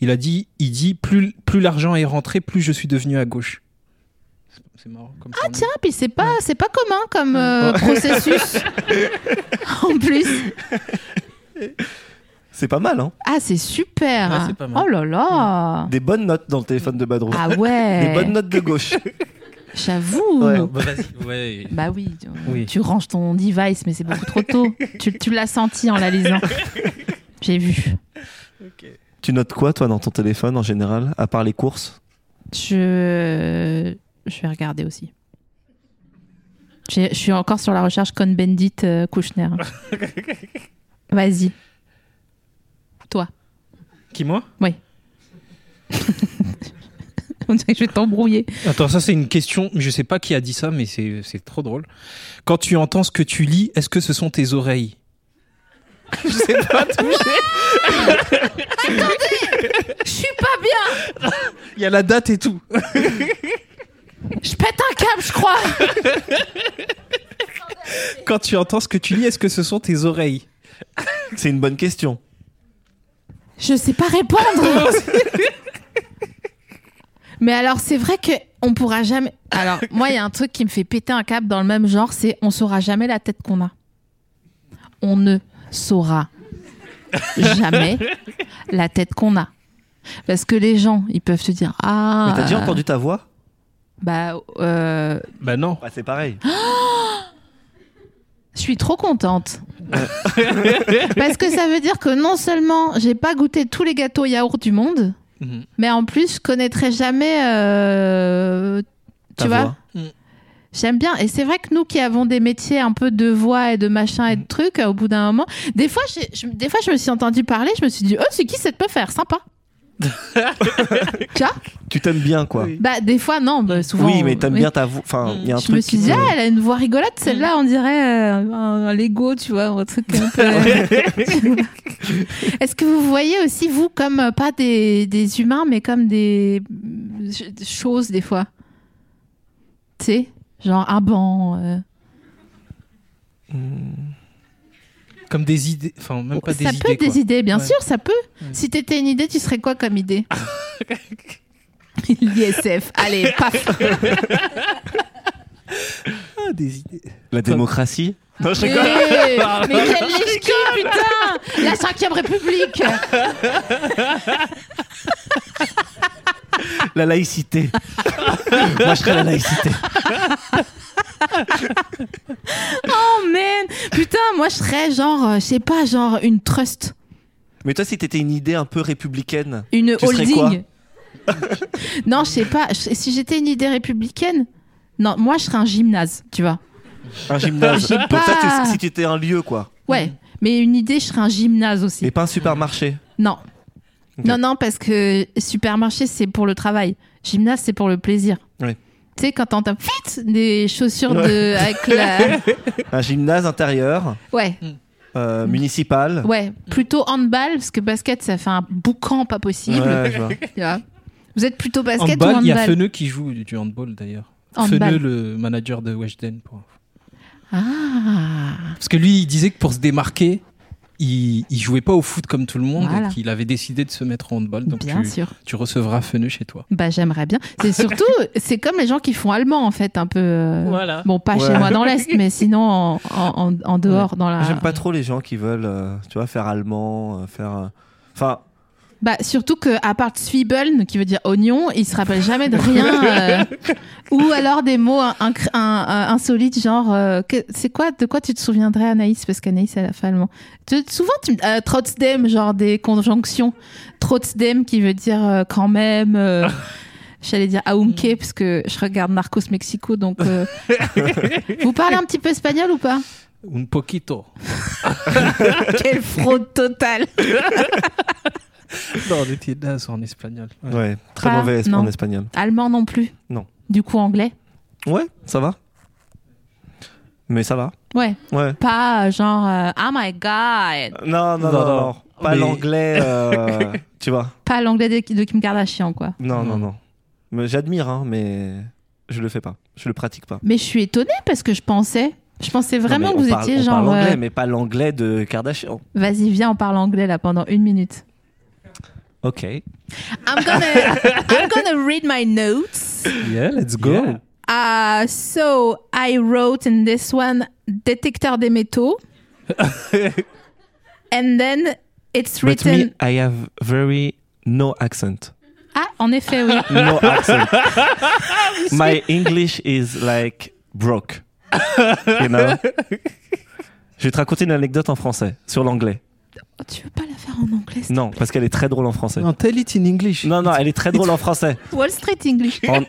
Speaker 4: Il a dit, il dit, plus, plus l'argent est rentré, plus je suis devenu à gauche. C'est- C'est marrant. Comme ah
Speaker 2: Tiens, puis c'est pas, c'est pas commun comme euh, processus. en plus.
Speaker 3: C'est pas mal hein.
Speaker 2: Ah, c'est super.
Speaker 4: Ouais, c'est pas mal.
Speaker 2: Oh là là.
Speaker 3: Des bonnes notes dans le téléphone de Badrou.
Speaker 2: Ah
Speaker 3: Des bonnes
Speaker 2: ouais.
Speaker 3: notes de gauche.
Speaker 2: J'avoue.
Speaker 3: Ouais.
Speaker 4: bah, vas-y, ouais.
Speaker 2: Bah oui, tu-
Speaker 4: Oui.
Speaker 2: tu ranges ton device, mais c'est beaucoup trop tôt. tu tu l'as senti en la lisant. J'ai vu.
Speaker 3: tu notes quoi toi dans ton téléphone en général à part les courses
Speaker 2: Je, je vais regarder aussi. J'ai- Je suis encore sur la recherche Cohn-Bendit euh, Kouchner. Vas-y. Toi.
Speaker 4: Qui, moi
Speaker 2: Oui. On dirait que je vais t'embrouiller.
Speaker 4: Attends, ça c'est une question, mais je sais pas qui a dit ça, mais c'est c'est trop drôle. Quand tu entends ce que tu lis, est-ce que ce sont tes oreilles Je sais pas.
Speaker 2: Je suis pas bien
Speaker 4: Il y a la date et tout.
Speaker 2: Je pète un câble, je crois
Speaker 4: Quand tu entends ce que tu lis, est-ce que ce sont tes oreilles
Speaker 3: C'est une bonne question.
Speaker 2: Je sais pas répondre Mais alors, c'est vrai que on pourra jamais. Alors, moi, il y a un truc qui me fait péter un câble dans le même genre, c'est on saura jamais la tête qu'on a. On ne saura jamais la tête qu'on a. Parce que les gens, ils peuvent te dire Ah.
Speaker 3: Mais t'as déjà
Speaker 2: euh,
Speaker 3: entendu ta voix
Speaker 2: Bah, euh,
Speaker 4: Bah non.
Speaker 3: Bah, c'est pareil.
Speaker 2: Ah, je suis trop contente. Parce que ça veut dire que non seulement j'ai pas goûté tous les gâteaux yaourt du monde,
Speaker 4: Mhm.
Speaker 2: Mais en plus, je connaîtrais jamais. euh,
Speaker 3: Ta
Speaker 2: tu vois
Speaker 3: voix.
Speaker 4: Mm.
Speaker 2: J'aime bien. Et c'est vrai que nous qui avons des métiers un peu de voix et de machin et de trucs, euh, au bout d'un moment, des fois, j'ai- je, des fois, je me suis entendu parler, je me suis dit, oh, c'est qui cette peut faire Sympa. tu vois
Speaker 3: Tu t'aimes bien, quoi.
Speaker 4: Oui.
Speaker 2: Bah, des fois, non, bah, souvent.
Speaker 3: Oui, mais t'aimes
Speaker 2: oui.
Speaker 3: bien ta voix. Enfin, il y a un
Speaker 2: Je
Speaker 3: truc.
Speaker 2: me suis
Speaker 3: qui
Speaker 2: dit,
Speaker 3: te-
Speaker 2: ah, elle a une voix rigolote, celle-là, on dirait euh, un, un Lego, tu vois, un truc un peu- Est-ce que vous voyez aussi, vous, comme euh, pas des, des humains, mais comme des euh, ch- des choses, des fois Tu sais, genre un banc. euh.
Speaker 4: Comme des idées. Enfin, même pas des
Speaker 2: ça
Speaker 4: idées.
Speaker 2: peut être
Speaker 4: quoi.
Speaker 2: des idées, bien
Speaker 4: Ouais.
Speaker 2: sûr, ça peut.
Speaker 4: Ouais.
Speaker 2: Si t'étais une idée, tu serais quoi comme idée L'ISF, allez, paf
Speaker 4: Ah, des idées.
Speaker 3: La démocratie Non, je
Speaker 2: Mais,
Speaker 3: rigole.
Speaker 2: mais quel lèche-cul, putain La 5ème République
Speaker 3: La laïcité. Moi, je serais la laïcité.
Speaker 2: Oh man Putain, moi je serais genre, euh, je sais pas, genre une trust,
Speaker 3: Mais toi, si t'étais une idée un peu républicaine,
Speaker 2: une
Speaker 3: Tu serais quoi
Speaker 2: holding. non, je sais pas, je- si j'étais une idée républicaine, non, moi je serais un gymnase, tu vois.
Speaker 3: un gymnase.
Speaker 2: J'ai
Speaker 3: Donc
Speaker 2: pas-
Speaker 3: ça, c'est- si t'étais un lieu, quoi.
Speaker 2: Ouais, mais une idée, je serais un gymnase aussi.
Speaker 3: Et pas un supermarché.
Speaker 2: Non.
Speaker 3: Ok.
Speaker 2: Non, non, parce que supermarché c'est pour le travail, gymnase c'est pour le plaisir.
Speaker 3: Ouais.
Speaker 2: Tu sais, quand t'entends pfit des chaussures de. avec la.
Speaker 3: Un gymnase intérieur,
Speaker 2: Ouais,
Speaker 3: euh, municipal.
Speaker 2: ouais. Plutôt handball, parce que basket ça fait un boucan pas possible.
Speaker 3: Ouais, je vois.
Speaker 2: Tu vois. Vous êtes plutôt basket ou
Speaker 4: Handball,
Speaker 2: handball
Speaker 4: il y a Feneux qui joue du handball d'ailleurs.
Speaker 2: Handball.
Speaker 4: Feneux, le manager de Weshden. pour-
Speaker 2: Ah
Speaker 4: Parce que lui, il disait que pour se démarquer, il, il jouait pas au foot comme tout le monde
Speaker 2: Voilà.
Speaker 4: et qu'il avait décidé de se mettre en handball. Donc
Speaker 2: Bien
Speaker 4: tu,
Speaker 2: sûr.
Speaker 4: tu recevras Feneux chez toi.
Speaker 2: Bah j'aimerais bien. C'est surtout, c'est comme les gens qui font allemand en fait, un peu. euh,
Speaker 4: Voilà.
Speaker 2: Bon, pas
Speaker 3: Ouais.
Speaker 2: chez moi dans l'est, mais sinon en, en, en- en dehors, dans la.
Speaker 3: J'aime pas trop les gens qui veulent, euh, tu vois, faire allemand, euh, faire. euh, Enfin,
Speaker 2: Bah surtout que à part Zwiebeln qui veut dire oignon, ils se rappellent jamais de rien. euh, ou alors des mots in- incr- in- in- insolites genre, euh, que- c'est quoi, de quoi tu te souviendrais Anaïs parce qu'Anaïs elle a fait allemand. Tu- souvent tu me- euh, trotzdem genre des conjonctions, trotzdem qui veut dire euh, quand même. euh, J'allais dire aunque parce que je regarde Narcos Mexico donc. euh, Vous parlez un petit peu espagnol ou pas
Speaker 4: Un poquito.
Speaker 2: Quelle fraude totale
Speaker 4: Non, des tiendas en espagnol.
Speaker 3: ouais, très
Speaker 2: Pas-
Speaker 3: mauvais
Speaker 2: non.
Speaker 3: en espagnol.
Speaker 2: Allemand non plus.
Speaker 3: Non.
Speaker 2: Du coup anglais.
Speaker 3: Ouais, ça va. Mais ça va.
Speaker 2: Ouais.
Speaker 3: Ouais.
Speaker 2: pas euh, genre euh, oh my god
Speaker 3: Non, non, non,
Speaker 4: Non,
Speaker 3: non.
Speaker 4: non.
Speaker 3: Pas
Speaker 4: Mais-
Speaker 3: l'anglais, euh, tu vois.
Speaker 2: pas l'anglais de, de Kim Kardashian quoi
Speaker 3: Non, non,
Speaker 4: Non.
Speaker 3: non. Mais J'admire, hein, mais je le fais pas. Je le pratique pas.
Speaker 2: mais je suis étonnée parce que je pensais je pensais vraiment
Speaker 3: Non,
Speaker 2: que
Speaker 3: mais on
Speaker 2: vous
Speaker 3: parle-
Speaker 2: étiez
Speaker 3: on
Speaker 2: genre
Speaker 3: parle anglais,
Speaker 2: euh,
Speaker 3: mais pas l'anglais de Kardashian.
Speaker 2: vas-y viens on parle anglais là pendant une minute
Speaker 3: Ok.
Speaker 2: I'm gonna I'm gonna read my notes
Speaker 4: Yeah, let's go.
Speaker 3: Yeah.
Speaker 2: uh, so I wrote in this one détecteur des métaux and then it's
Speaker 3: But
Speaker 2: written
Speaker 3: me, I have very no accent.
Speaker 2: ah en effet oui
Speaker 3: No accent. My English is like broke. You know? Je vais te raconter une anecdote en français sur l'anglais.
Speaker 2: Oh, tu veux pas la faire en anglais c'est-
Speaker 3: Non, parce qu'elle est très drôle en français.
Speaker 4: Non, tell it in English.
Speaker 3: Non, non, elle est très drôle en français.
Speaker 2: Wall Street English
Speaker 3: En-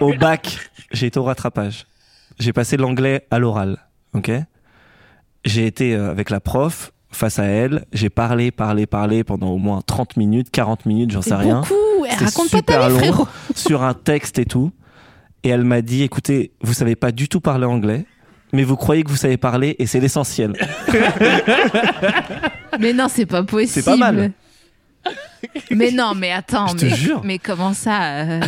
Speaker 3: au bac, j'ai été au rattrapage. J'ai passé l'anglais à l'oral. Ok. J'ai été euh, avec la prof face à elle. J'ai parlé, parlé, parlé pendant au moins 30 minutes, 40 minutes, j'en sais
Speaker 2: C'est
Speaker 3: rien.
Speaker 2: beaucoup elle
Speaker 3: C'est
Speaker 2: raconte pas
Speaker 3: super
Speaker 2: ta vie
Speaker 3: long.
Speaker 2: frérot
Speaker 3: sur un texte et tout. Et elle m'a dit, écoutez, vous savez pas du tout parler anglais, mais vous croyez que vous savez parler et c'est l'essentiel.
Speaker 2: Mais non, c'est pas possible.
Speaker 3: C'est pas mal.
Speaker 2: Mais non, mais attends,
Speaker 3: Je te
Speaker 2: mais,
Speaker 3: jure.
Speaker 2: mais comment ça euh,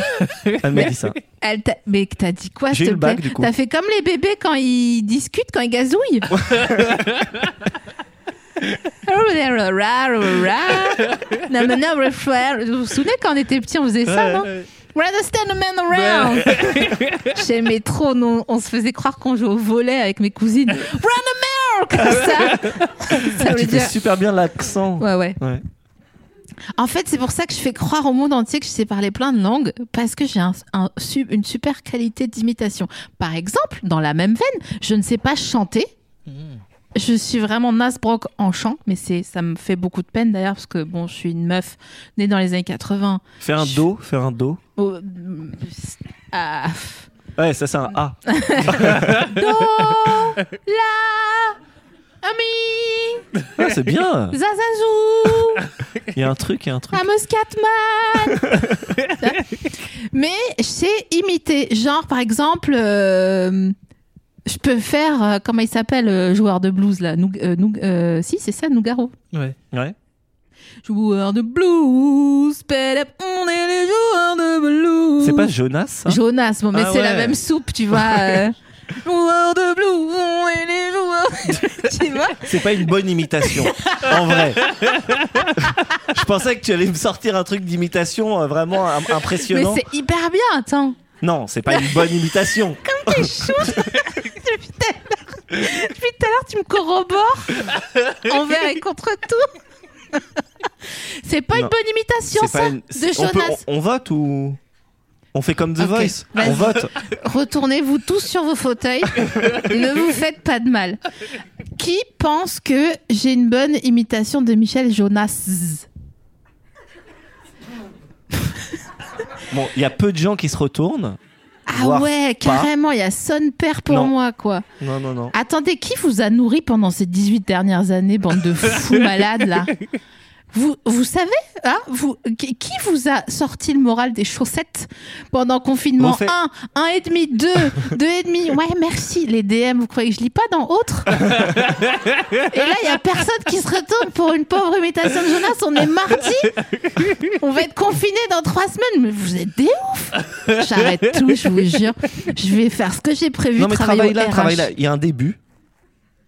Speaker 3: Elle m'a dit ça.
Speaker 2: elle t'a- Mais t'as dit quoi, s'il
Speaker 3: J'ai eu
Speaker 2: te
Speaker 3: le bac,
Speaker 2: plaît
Speaker 3: du coup.
Speaker 2: T'as fait comme les bébés quand ils discutent, quand ils gazouillent. Non, mais non, mais frère, Vous vous souvenez quand on était petits, on faisait ça, non Rather stand a man around. J'aimais trop, nous, on se faisait croire qu'on jouait au volet avec mes cousines. Run a man comme ça. ça veut
Speaker 3: Ah, Tu fais
Speaker 2: dire.
Speaker 3: super bien l'accent.
Speaker 2: Ouais, ouais.
Speaker 3: Ouais.
Speaker 2: En fait, c'est pour ça que je fais croire au monde entier que je sais parler plein de langues, parce que j'ai un- un su- une super qualité d'imitation. Par exemple, dans la même veine, je ne sais pas chanter. Mmh. Je suis vraiment nasbrock en chant, mais c'est ça me fait beaucoup de peine d'ailleurs, parce que bon, je suis une meuf née dans les années 80.
Speaker 3: Fais un
Speaker 2: Je-
Speaker 3: do, fais un do.
Speaker 2: Oh, mm, ah,
Speaker 3: Ouais, ça c'est un A.
Speaker 2: do, la, ami,
Speaker 3: Ouais, c'est bien.
Speaker 2: zazazou.
Speaker 3: Il y a un truc, il y a un truc.
Speaker 2: Amos Catman Mais je sais imiter. Genre, par exemple, euh, je peux faire, euh, comment il s'appelle, euh, joueur de blues, là Noug- euh, Noug- euh, Si, c'est ça, Nougaro.
Speaker 4: Ouais.
Speaker 3: Ouais.
Speaker 2: Joueur de blues, pédep, on est les joueurs de blues.
Speaker 3: C'est pas hein? Jonas ça
Speaker 2: Jonas, bon, mais
Speaker 4: Ah
Speaker 2: c'est la
Speaker 4: ouais.
Speaker 2: même soupe, tu vois. euh, joueurs de blues, on est les joueurs. tu vois
Speaker 3: C'est pas une bonne imitation, en vrai. Je pensais que tu allais me sortir un truc d'imitation euh, vraiment im-
Speaker 2: Mais
Speaker 3: impressionnant.
Speaker 2: c'est hyper bien, attends.
Speaker 3: Non, c'est pas une bonne imitation.
Speaker 2: T'es chou Depuis tout à l'heure- depuis tout à l'heure, tu me corrobores envers et contre tout. C'est pas une
Speaker 3: Non.
Speaker 2: bonne imitation,
Speaker 3: C'est pas
Speaker 2: ça,
Speaker 3: une-
Speaker 2: de
Speaker 3: on, peut-
Speaker 2: Jonas.
Speaker 3: on- on vote ou on fait comme The
Speaker 2: Ok,
Speaker 3: Voice
Speaker 2: vas-y.
Speaker 3: On vote.
Speaker 2: Retournez-vous tous sur vos fauteuils. ne vous faites pas de mal. Qui pense que j'ai une bonne imitation de Michel Jonas
Speaker 3: Bon, il y a peu de gens qui se retournent.
Speaker 2: Ah
Speaker 3: Voire
Speaker 2: ouais,
Speaker 3: pas.
Speaker 2: carrément, il y a son père pour
Speaker 3: Non.
Speaker 2: moi, quoi.
Speaker 3: Non, non, non.
Speaker 2: Attendez, qui vous a nourri pendant ces 18 dernières années, bande de fous malades, là vous, vous savez, hein, vous, qui qui vous a sorti le moral des chaussettes pendant
Speaker 3: On
Speaker 2: confinement
Speaker 3: fait-
Speaker 2: 1, 1 et demi, 2, 2 et demi Ouais, merci. Les DM, vous croyez que je lis pas dans autre Et là, il y a personne qui se retourne pour une pauvre imitation de Jonas. On est mardi. On va être confinés dans trois semaines. Mais vous êtes des ouf. J'arrête tout, je vous jure. Je vais faire ce que j'ai prévu.
Speaker 3: non, mais
Speaker 2: travailler
Speaker 3: travaille
Speaker 2: au
Speaker 3: là,
Speaker 2: RH.
Speaker 3: travaille là. Il y a un début.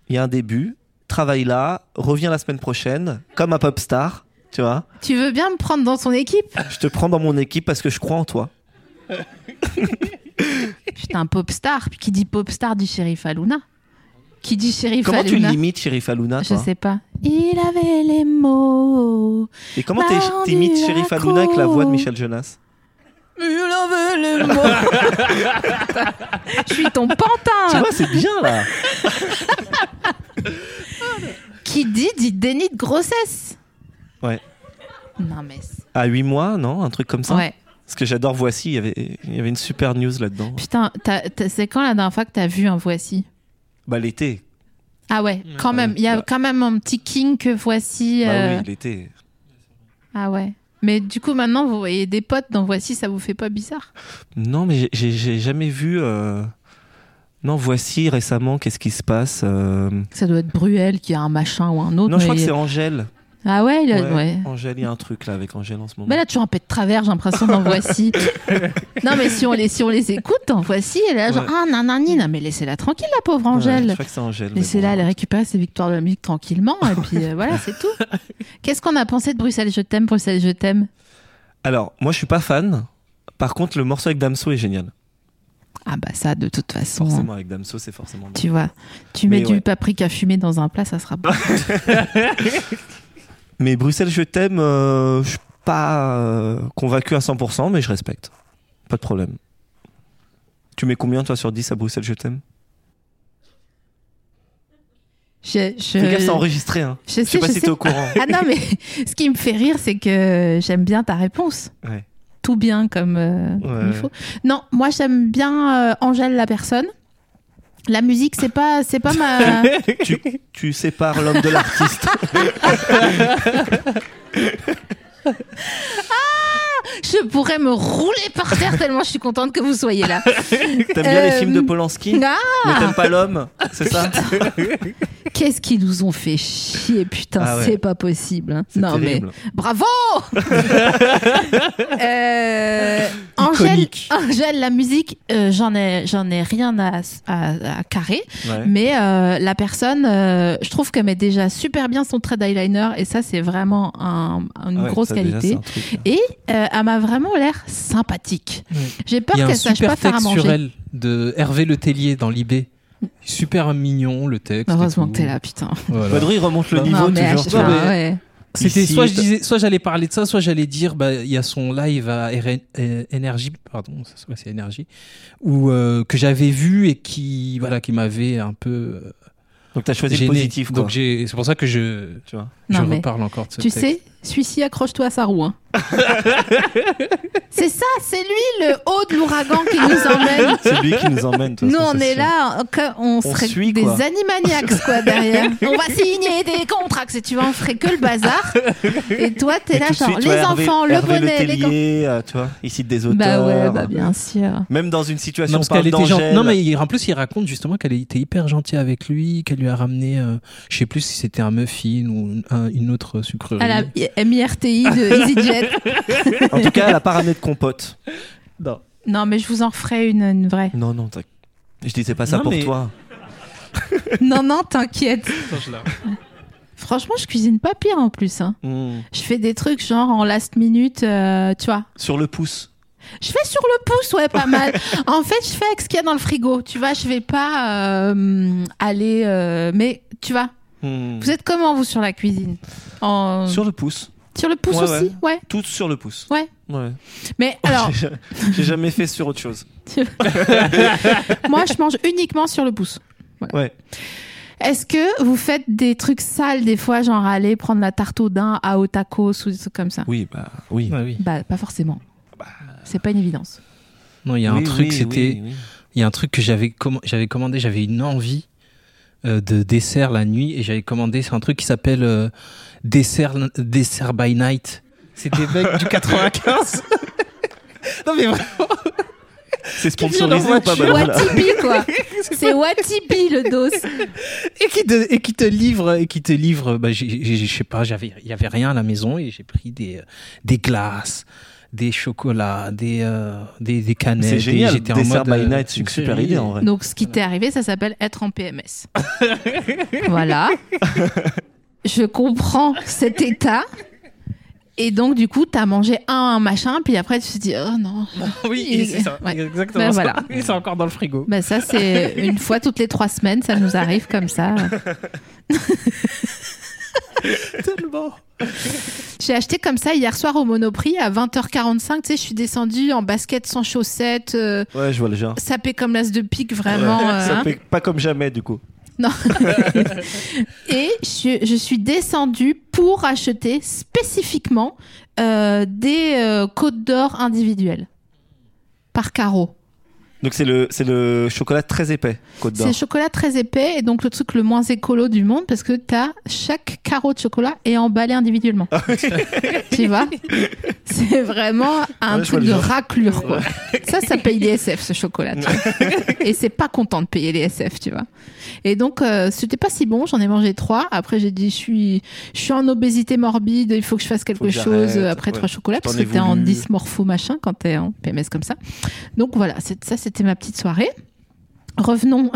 Speaker 3: Il y a un début. Travaille là. Reviens la semaine prochaine, comme un pop star. Tu vois
Speaker 2: Tu veux bien me prendre dans son équipe
Speaker 3: Je te prends dans mon équipe parce que je crois en toi.
Speaker 2: Putain, pop star. Qui dit pop star dit shérif Aluna. Qui dit shérif
Speaker 3: Comment tu
Speaker 2: Aluna
Speaker 3: l'imites, Sheriff Aluna
Speaker 2: Je
Speaker 3: toi
Speaker 2: sais pas. Il avait les mots.
Speaker 3: Et comment
Speaker 2: M'a
Speaker 3: t'es-
Speaker 2: rendu
Speaker 3: t'imites Sheriff Aluna avec la voix de
Speaker 2: accro.
Speaker 3: Michel Jonas
Speaker 2: Il avait les mots. Je suis ton
Speaker 3: Tu
Speaker 2: pantin.
Speaker 3: vois, c'est bien là
Speaker 2: Qui dit dit déni de grossesse.
Speaker 3: Ouais. Hein
Speaker 2: Non mais. c'est-
Speaker 3: À 8 mois, non Un truc comme ça
Speaker 2: Ouais.
Speaker 3: Parce que j'adore Voici, il y avait, il y avait une super news là-dedans.
Speaker 2: Putain, t'as- t'as- c'est quand la dernière fois que t'as vu un voici
Speaker 3: Bah l'été.
Speaker 2: Ah ouais, quand même. Il y a
Speaker 3: bah.
Speaker 2: quand même un petit king que voici. euh,
Speaker 3: Bah oui, l'été.
Speaker 2: Ah ouais. Mais du coup, maintenant, vous voyez des potes dans Voici, ça vous fait pas bizarre
Speaker 3: Non, mais j'ai- j'ai j'ai jamais vu... euh, Non, Voici récemment, qu'est-ce qui se passe euh,
Speaker 2: Ça doit être Bruel qui a un machin ou un autre.
Speaker 3: Non, je crois
Speaker 2: mais-
Speaker 3: que c'est Angèle.
Speaker 2: Ah ouais, il a- ouais.
Speaker 3: Angèle, il y a un truc là avec Angèle en ce moment.
Speaker 2: Mais là, toujours un pet de travers, j'ai l'impression, dans Voici. non, mais si on les, si on les écoute, dans Voici, elle est là, genre,
Speaker 3: Ouais.
Speaker 2: ah, nan, nan, nan, mais laissez-la tranquille, la pauvre
Speaker 3: Ouais,
Speaker 2: Angèle.
Speaker 3: je crois que c'est Angèle. mais
Speaker 2: Laissez-la
Speaker 3: bon.
Speaker 2: aller récupérer ses victoires de la musique tranquillement, et puis euh, voilà, c'est tout. Qu'est-ce qu'on a pensé de Bruxelles, je t'aime, Bruxelles, je t'aime
Speaker 3: Alors, moi je suis pas fan. Par contre, le morceau avec Damso est génial.
Speaker 2: Ah bah ça, de toute façon,
Speaker 3: Forcément, avec Damso, c'est forcément bon.
Speaker 2: tu vois, tu
Speaker 3: Mais
Speaker 2: mets du
Speaker 3: ouais.
Speaker 2: paprika fumé dans un plat, ça sera bon.
Speaker 3: Mais Bruxelles, je t'aime, euh, je suis pas euh, convaincu à 100%, mais je respecte. Pas de problème. Tu mets combien, toi, sur 10 à Bruxelles, je t'aime
Speaker 2: Je, je-
Speaker 3: Fais gaffe, c'est enregistré. Hein.
Speaker 2: Euh, Je sais,
Speaker 3: Je sais pas
Speaker 2: je
Speaker 3: si
Speaker 2: sais.
Speaker 3: t'es au courant.
Speaker 2: Ah non, mais ce qui me fait rire, c'est que j'aime bien ta réponse.
Speaker 3: Ouais.
Speaker 2: Tout bien comme, euh, comme il
Speaker 3: Ouais.
Speaker 2: faut. Non, moi j'aime bien euh, Angèle la personne. La musique, c'est pas, c'est pas ma.
Speaker 3: tu, tu sépares l'homme de l'artiste.
Speaker 2: je Je pourrais me rouler par terre tellement je suis contente que vous soyez là.
Speaker 3: T'aimes bien les
Speaker 2: Euh,
Speaker 3: films de Polanski Mais
Speaker 2: Ah
Speaker 3: t'aimes pas l'homme C'est ça
Speaker 2: Qu'est-ce qu'ils nous ont fait chier, putain,
Speaker 3: Ah ouais.
Speaker 2: c'est pas possible. hein.
Speaker 3: C'est
Speaker 2: Non
Speaker 3: terrible.
Speaker 2: mais bravo. Euh, Angèle,
Speaker 4: Iconique.
Speaker 2: Angèle, la musique, euh, j'en ai, j'en ai rien à, à- à carrer.
Speaker 3: Ouais.
Speaker 2: Mais euh, la personne, euh, je trouve qu'elle met déjà super bien son trait d'eyeliner et ça, c'est vraiment un- une
Speaker 3: Ah ouais,
Speaker 2: grosse
Speaker 3: ça, déjà,
Speaker 2: qualité.
Speaker 3: c'est un truc, hein.
Speaker 2: Et euh, elle m'a vraiment l'air sympathique.
Speaker 4: Ouais.
Speaker 2: J'ai peur
Speaker 4: Il y a un
Speaker 2: qu'elle sache pas
Speaker 4: super
Speaker 2: faire à
Speaker 4: texte
Speaker 2: manger.
Speaker 4: sur elle de Hervé Le Tellier dans l'IB. Super mignon le texte. et
Speaker 2: Heureusement
Speaker 4: tout.
Speaker 2: que t'es là, putain.
Speaker 4: Voilà.
Speaker 3: Baudry il remonte le
Speaker 4: Non,
Speaker 3: niveau
Speaker 2: non, mais
Speaker 3: toujours.
Speaker 2: ah,
Speaker 4: Non, mais-
Speaker 2: ouais.
Speaker 4: C'était
Speaker 3: Ici,
Speaker 4: soit je
Speaker 3: t'as-
Speaker 4: disais, soit j'allais parler de ça, soit j'allais dire bah il y a son live à RN, euh, Energy, pardon, ça se voit, c'est Energy, ou euh, que j'avais vu et qui voilà qui m'avait un peu euh,
Speaker 3: Donc t'as choisi le
Speaker 4: gêné.
Speaker 3: positif, quoi.
Speaker 4: Donc j'ai, c'est pour ça que je
Speaker 3: Tu vois.
Speaker 4: je
Speaker 2: Non, mais
Speaker 4: reparle encore de ce
Speaker 2: Tu
Speaker 4: texte.
Speaker 2: sais, celui-ci, accroche-toi à sa roue. hein. c'est ça, c'est lui le haut de l'ouragan qui nous emmène.
Speaker 3: C'est lui qui nous emmène. de toute
Speaker 2: Nous,
Speaker 3: façon,
Speaker 2: on
Speaker 3: c'est
Speaker 2: est
Speaker 3: sûr.
Speaker 2: là, on- que- on serait
Speaker 3: suit,
Speaker 2: des
Speaker 3: quoi.
Speaker 2: animaniacs, quoi, derrière. on va signer des contrats, et tu vois, on ferait que le bazar. Et toi, t'es
Speaker 3: Mais
Speaker 2: là,
Speaker 3: tout de
Speaker 2: genre,
Speaker 3: suite,
Speaker 2: les
Speaker 3: ouais, Hervé-
Speaker 2: enfants, le
Speaker 3: Hervé
Speaker 2: bonnet, les gants.
Speaker 3: Tellier, euh, tu vois, il cite des
Speaker 2: Bah
Speaker 3: auteurs. euh,
Speaker 2: ouais, bah bien sûr.
Speaker 3: Même dans une
Speaker 4: Non,
Speaker 3: situation
Speaker 4: parce
Speaker 3: par
Speaker 4: qu'elle était
Speaker 3: d'Angèle.
Speaker 4: gentille. Non, mais il- en plus, il raconte justement qu'elle était hyper gentille avec lui, qu'elle lui a ramené, euh, je sais plus si c'était un muffin ou un- une autre sucrerie.
Speaker 2: À la MIRTI de EasyJet.
Speaker 3: En tout cas, elle a pas ramené de compote.
Speaker 2: non, mais je vous en referai une, une vraie.
Speaker 3: Non, non, t'inquiète. Je disais pas ça
Speaker 4: Non,
Speaker 3: pour
Speaker 4: mais-
Speaker 3: toi.
Speaker 2: Non, non, t'inquiète. Franchement, je cuisine pas pire en plus. hein.
Speaker 3: Hmm.
Speaker 2: Je fais des trucs genre en last minute, euh, tu vois.
Speaker 3: Sur le pouce.
Speaker 2: Je fais sur le pouce, ouais, pas mal. en fait, je fais avec ce qu'il y a dans le frigo. Tu vois, je vais pas euh, aller. euh, mais tu vois,
Speaker 3: Hmm.
Speaker 2: vous êtes comment vous sur la cuisine En- sur...
Speaker 3: Sur le pouce.
Speaker 2: le pouce
Speaker 3: Ouais,
Speaker 2: aussi, ouais.
Speaker 3: Tout sur le pouce.
Speaker 2: Ouais.
Speaker 3: Ouais.
Speaker 2: Mais alors,
Speaker 3: J'ai ja- J'ai jamais fait sur autre chose.
Speaker 2: moi, je mange uniquement sur le pouce. Voilà.
Speaker 3: Ouais.
Speaker 2: Est-ce que vous faites des trucs sales des fois, genre aller prendre la tarte au daim à au tacos ou des trucs comme ça
Speaker 3: Oui, bah oui.
Speaker 4: Ouais, Ah oui.
Speaker 2: Bah, pas forcément. C'est pas une évidence.
Speaker 4: Non, il y a un
Speaker 3: Oui,
Speaker 4: truc,
Speaker 3: oui,
Speaker 4: c'était,
Speaker 3: oui, oui.
Speaker 4: il y a un truc que j'avais comm- j'avais commandé, j'avais une envie euh, de dessert la nuit et j'avais commandé c'est un truc qui s'appelle euh, dessert dessert by night. C'est des mecs du 95. non mais vraiment,
Speaker 3: C'est
Speaker 4: Qui vient
Speaker 3: sponsorisé
Speaker 4: dans
Speaker 3: ou pas
Speaker 4: voiture.
Speaker 3: Madame Voilà.
Speaker 2: Watipi, quoi. C'est Watipi le dos.
Speaker 4: et qui te et qui te livre et qui te livre bah j'ai- j'ai- je sais pas, j'avais il y avait rien à la maison et j'ai pris des euh, des glaces des chocolats, des, euh, des, des canettes.
Speaker 3: C'est
Speaker 4: des-
Speaker 3: génial,
Speaker 4: j'étais en
Speaker 3: Dessert
Speaker 4: mode, euh,
Speaker 3: by Night, c'est une
Speaker 4: série,
Speaker 3: super idée en vrai.
Speaker 2: Donc, ce qui t'est arrivé, ça s'appelle être en PMS. voilà. Je comprends cet état. Et donc, du coup, t'as mangé un machin, puis après, tu te dis, oh non.
Speaker 4: Oui, et c'est ça,
Speaker 2: Ouais.
Speaker 4: exactement.
Speaker 2: Ben
Speaker 4: ça.
Speaker 2: voilà.
Speaker 4: Et c'est encore dans le frigo.
Speaker 2: Ben, ça, c'est une fois toutes les trois semaines, ça nous arrive comme ça.
Speaker 4: Tellement.
Speaker 2: J'ai acheté comme ça hier soir au Monoprix à 20h45. Tu sais, je suis descendue en basket sans chaussettes, euh,
Speaker 3: Ouais, je vois le genre.
Speaker 2: sapée comme l'as de pique, vraiment.
Speaker 3: Ouais.
Speaker 2: euh,
Speaker 3: Ça
Speaker 2: hein.
Speaker 3: fait pas comme jamais du coup.
Speaker 2: Et je, je suis descendue pour acheter spécifiquement euh, des euh, côtes d'or individuelles par carreau.
Speaker 3: Donc c'est le c'est le chocolat très épais Côte
Speaker 2: C'est
Speaker 3: d'Or.
Speaker 2: le chocolat très épais et donc le truc le moins écolo du monde parce que t'as chaque carreau de chocolat est emballé individuellement.
Speaker 3: Ah
Speaker 2: tu vois C'est vraiment un
Speaker 3: Ouais, je vois
Speaker 2: truc
Speaker 3: le
Speaker 2: de
Speaker 3: genre.
Speaker 2: raclure. Quoi. Ça, ça paye les SF, ce chocolat. tu vois. et c'est pas content de payer les SF, tu vois. Et donc, euh, c'était pas si bon. J'en ai mangé trois. Après, j'ai dit, je suis, je suis en obésité morbide. Il faut que je fasse
Speaker 3: Faut
Speaker 2: quelque
Speaker 3: que
Speaker 2: chose euh,
Speaker 3: j'arrête,
Speaker 2: après
Speaker 3: ouais.
Speaker 2: trois chocolats
Speaker 3: Je
Speaker 2: parce
Speaker 3: t'en
Speaker 2: que
Speaker 3: ai
Speaker 2: t'es en
Speaker 3: voulu.
Speaker 2: dysmorpho machin quand t'es en PMS comme ça. Donc voilà, c'est- ça, c'était ma petite soirée. Revenons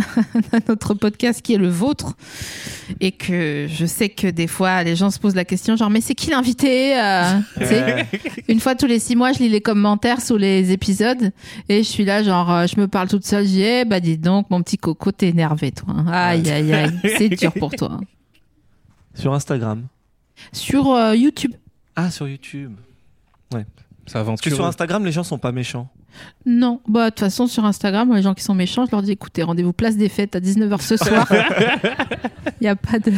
Speaker 2: à notre podcast qui est le vôtre et que je sais que des fois les gens se posent la question genre mais c'est qui l'invité euh, tu sais
Speaker 3: Ouais.
Speaker 2: une fois tous les six mois, je lis les commentaires sous les épisodes et je suis là, genre, euh, je me parle toute seule. Je dis, eh, bah dis donc, mon petit coco, t'es énervé, toi. hein. Aïe, aïe, aïe, c'est dur pour toi. hein.
Speaker 3: Sur Instagram.
Speaker 2: Sur euh, YouTube,
Speaker 3: Ah sur YouTube.
Speaker 4: Ça
Speaker 3: Parce que
Speaker 4: aventure.
Speaker 3: sur Instagram les gens sont pas méchants.
Speaker 2: non. Bah, de toute façon, sur Instagram, moi, les gens qui sont méchants, je leur dis, écoutez, rendez-vous place des fêtes à 19h ce soir. Il n'y a pas de.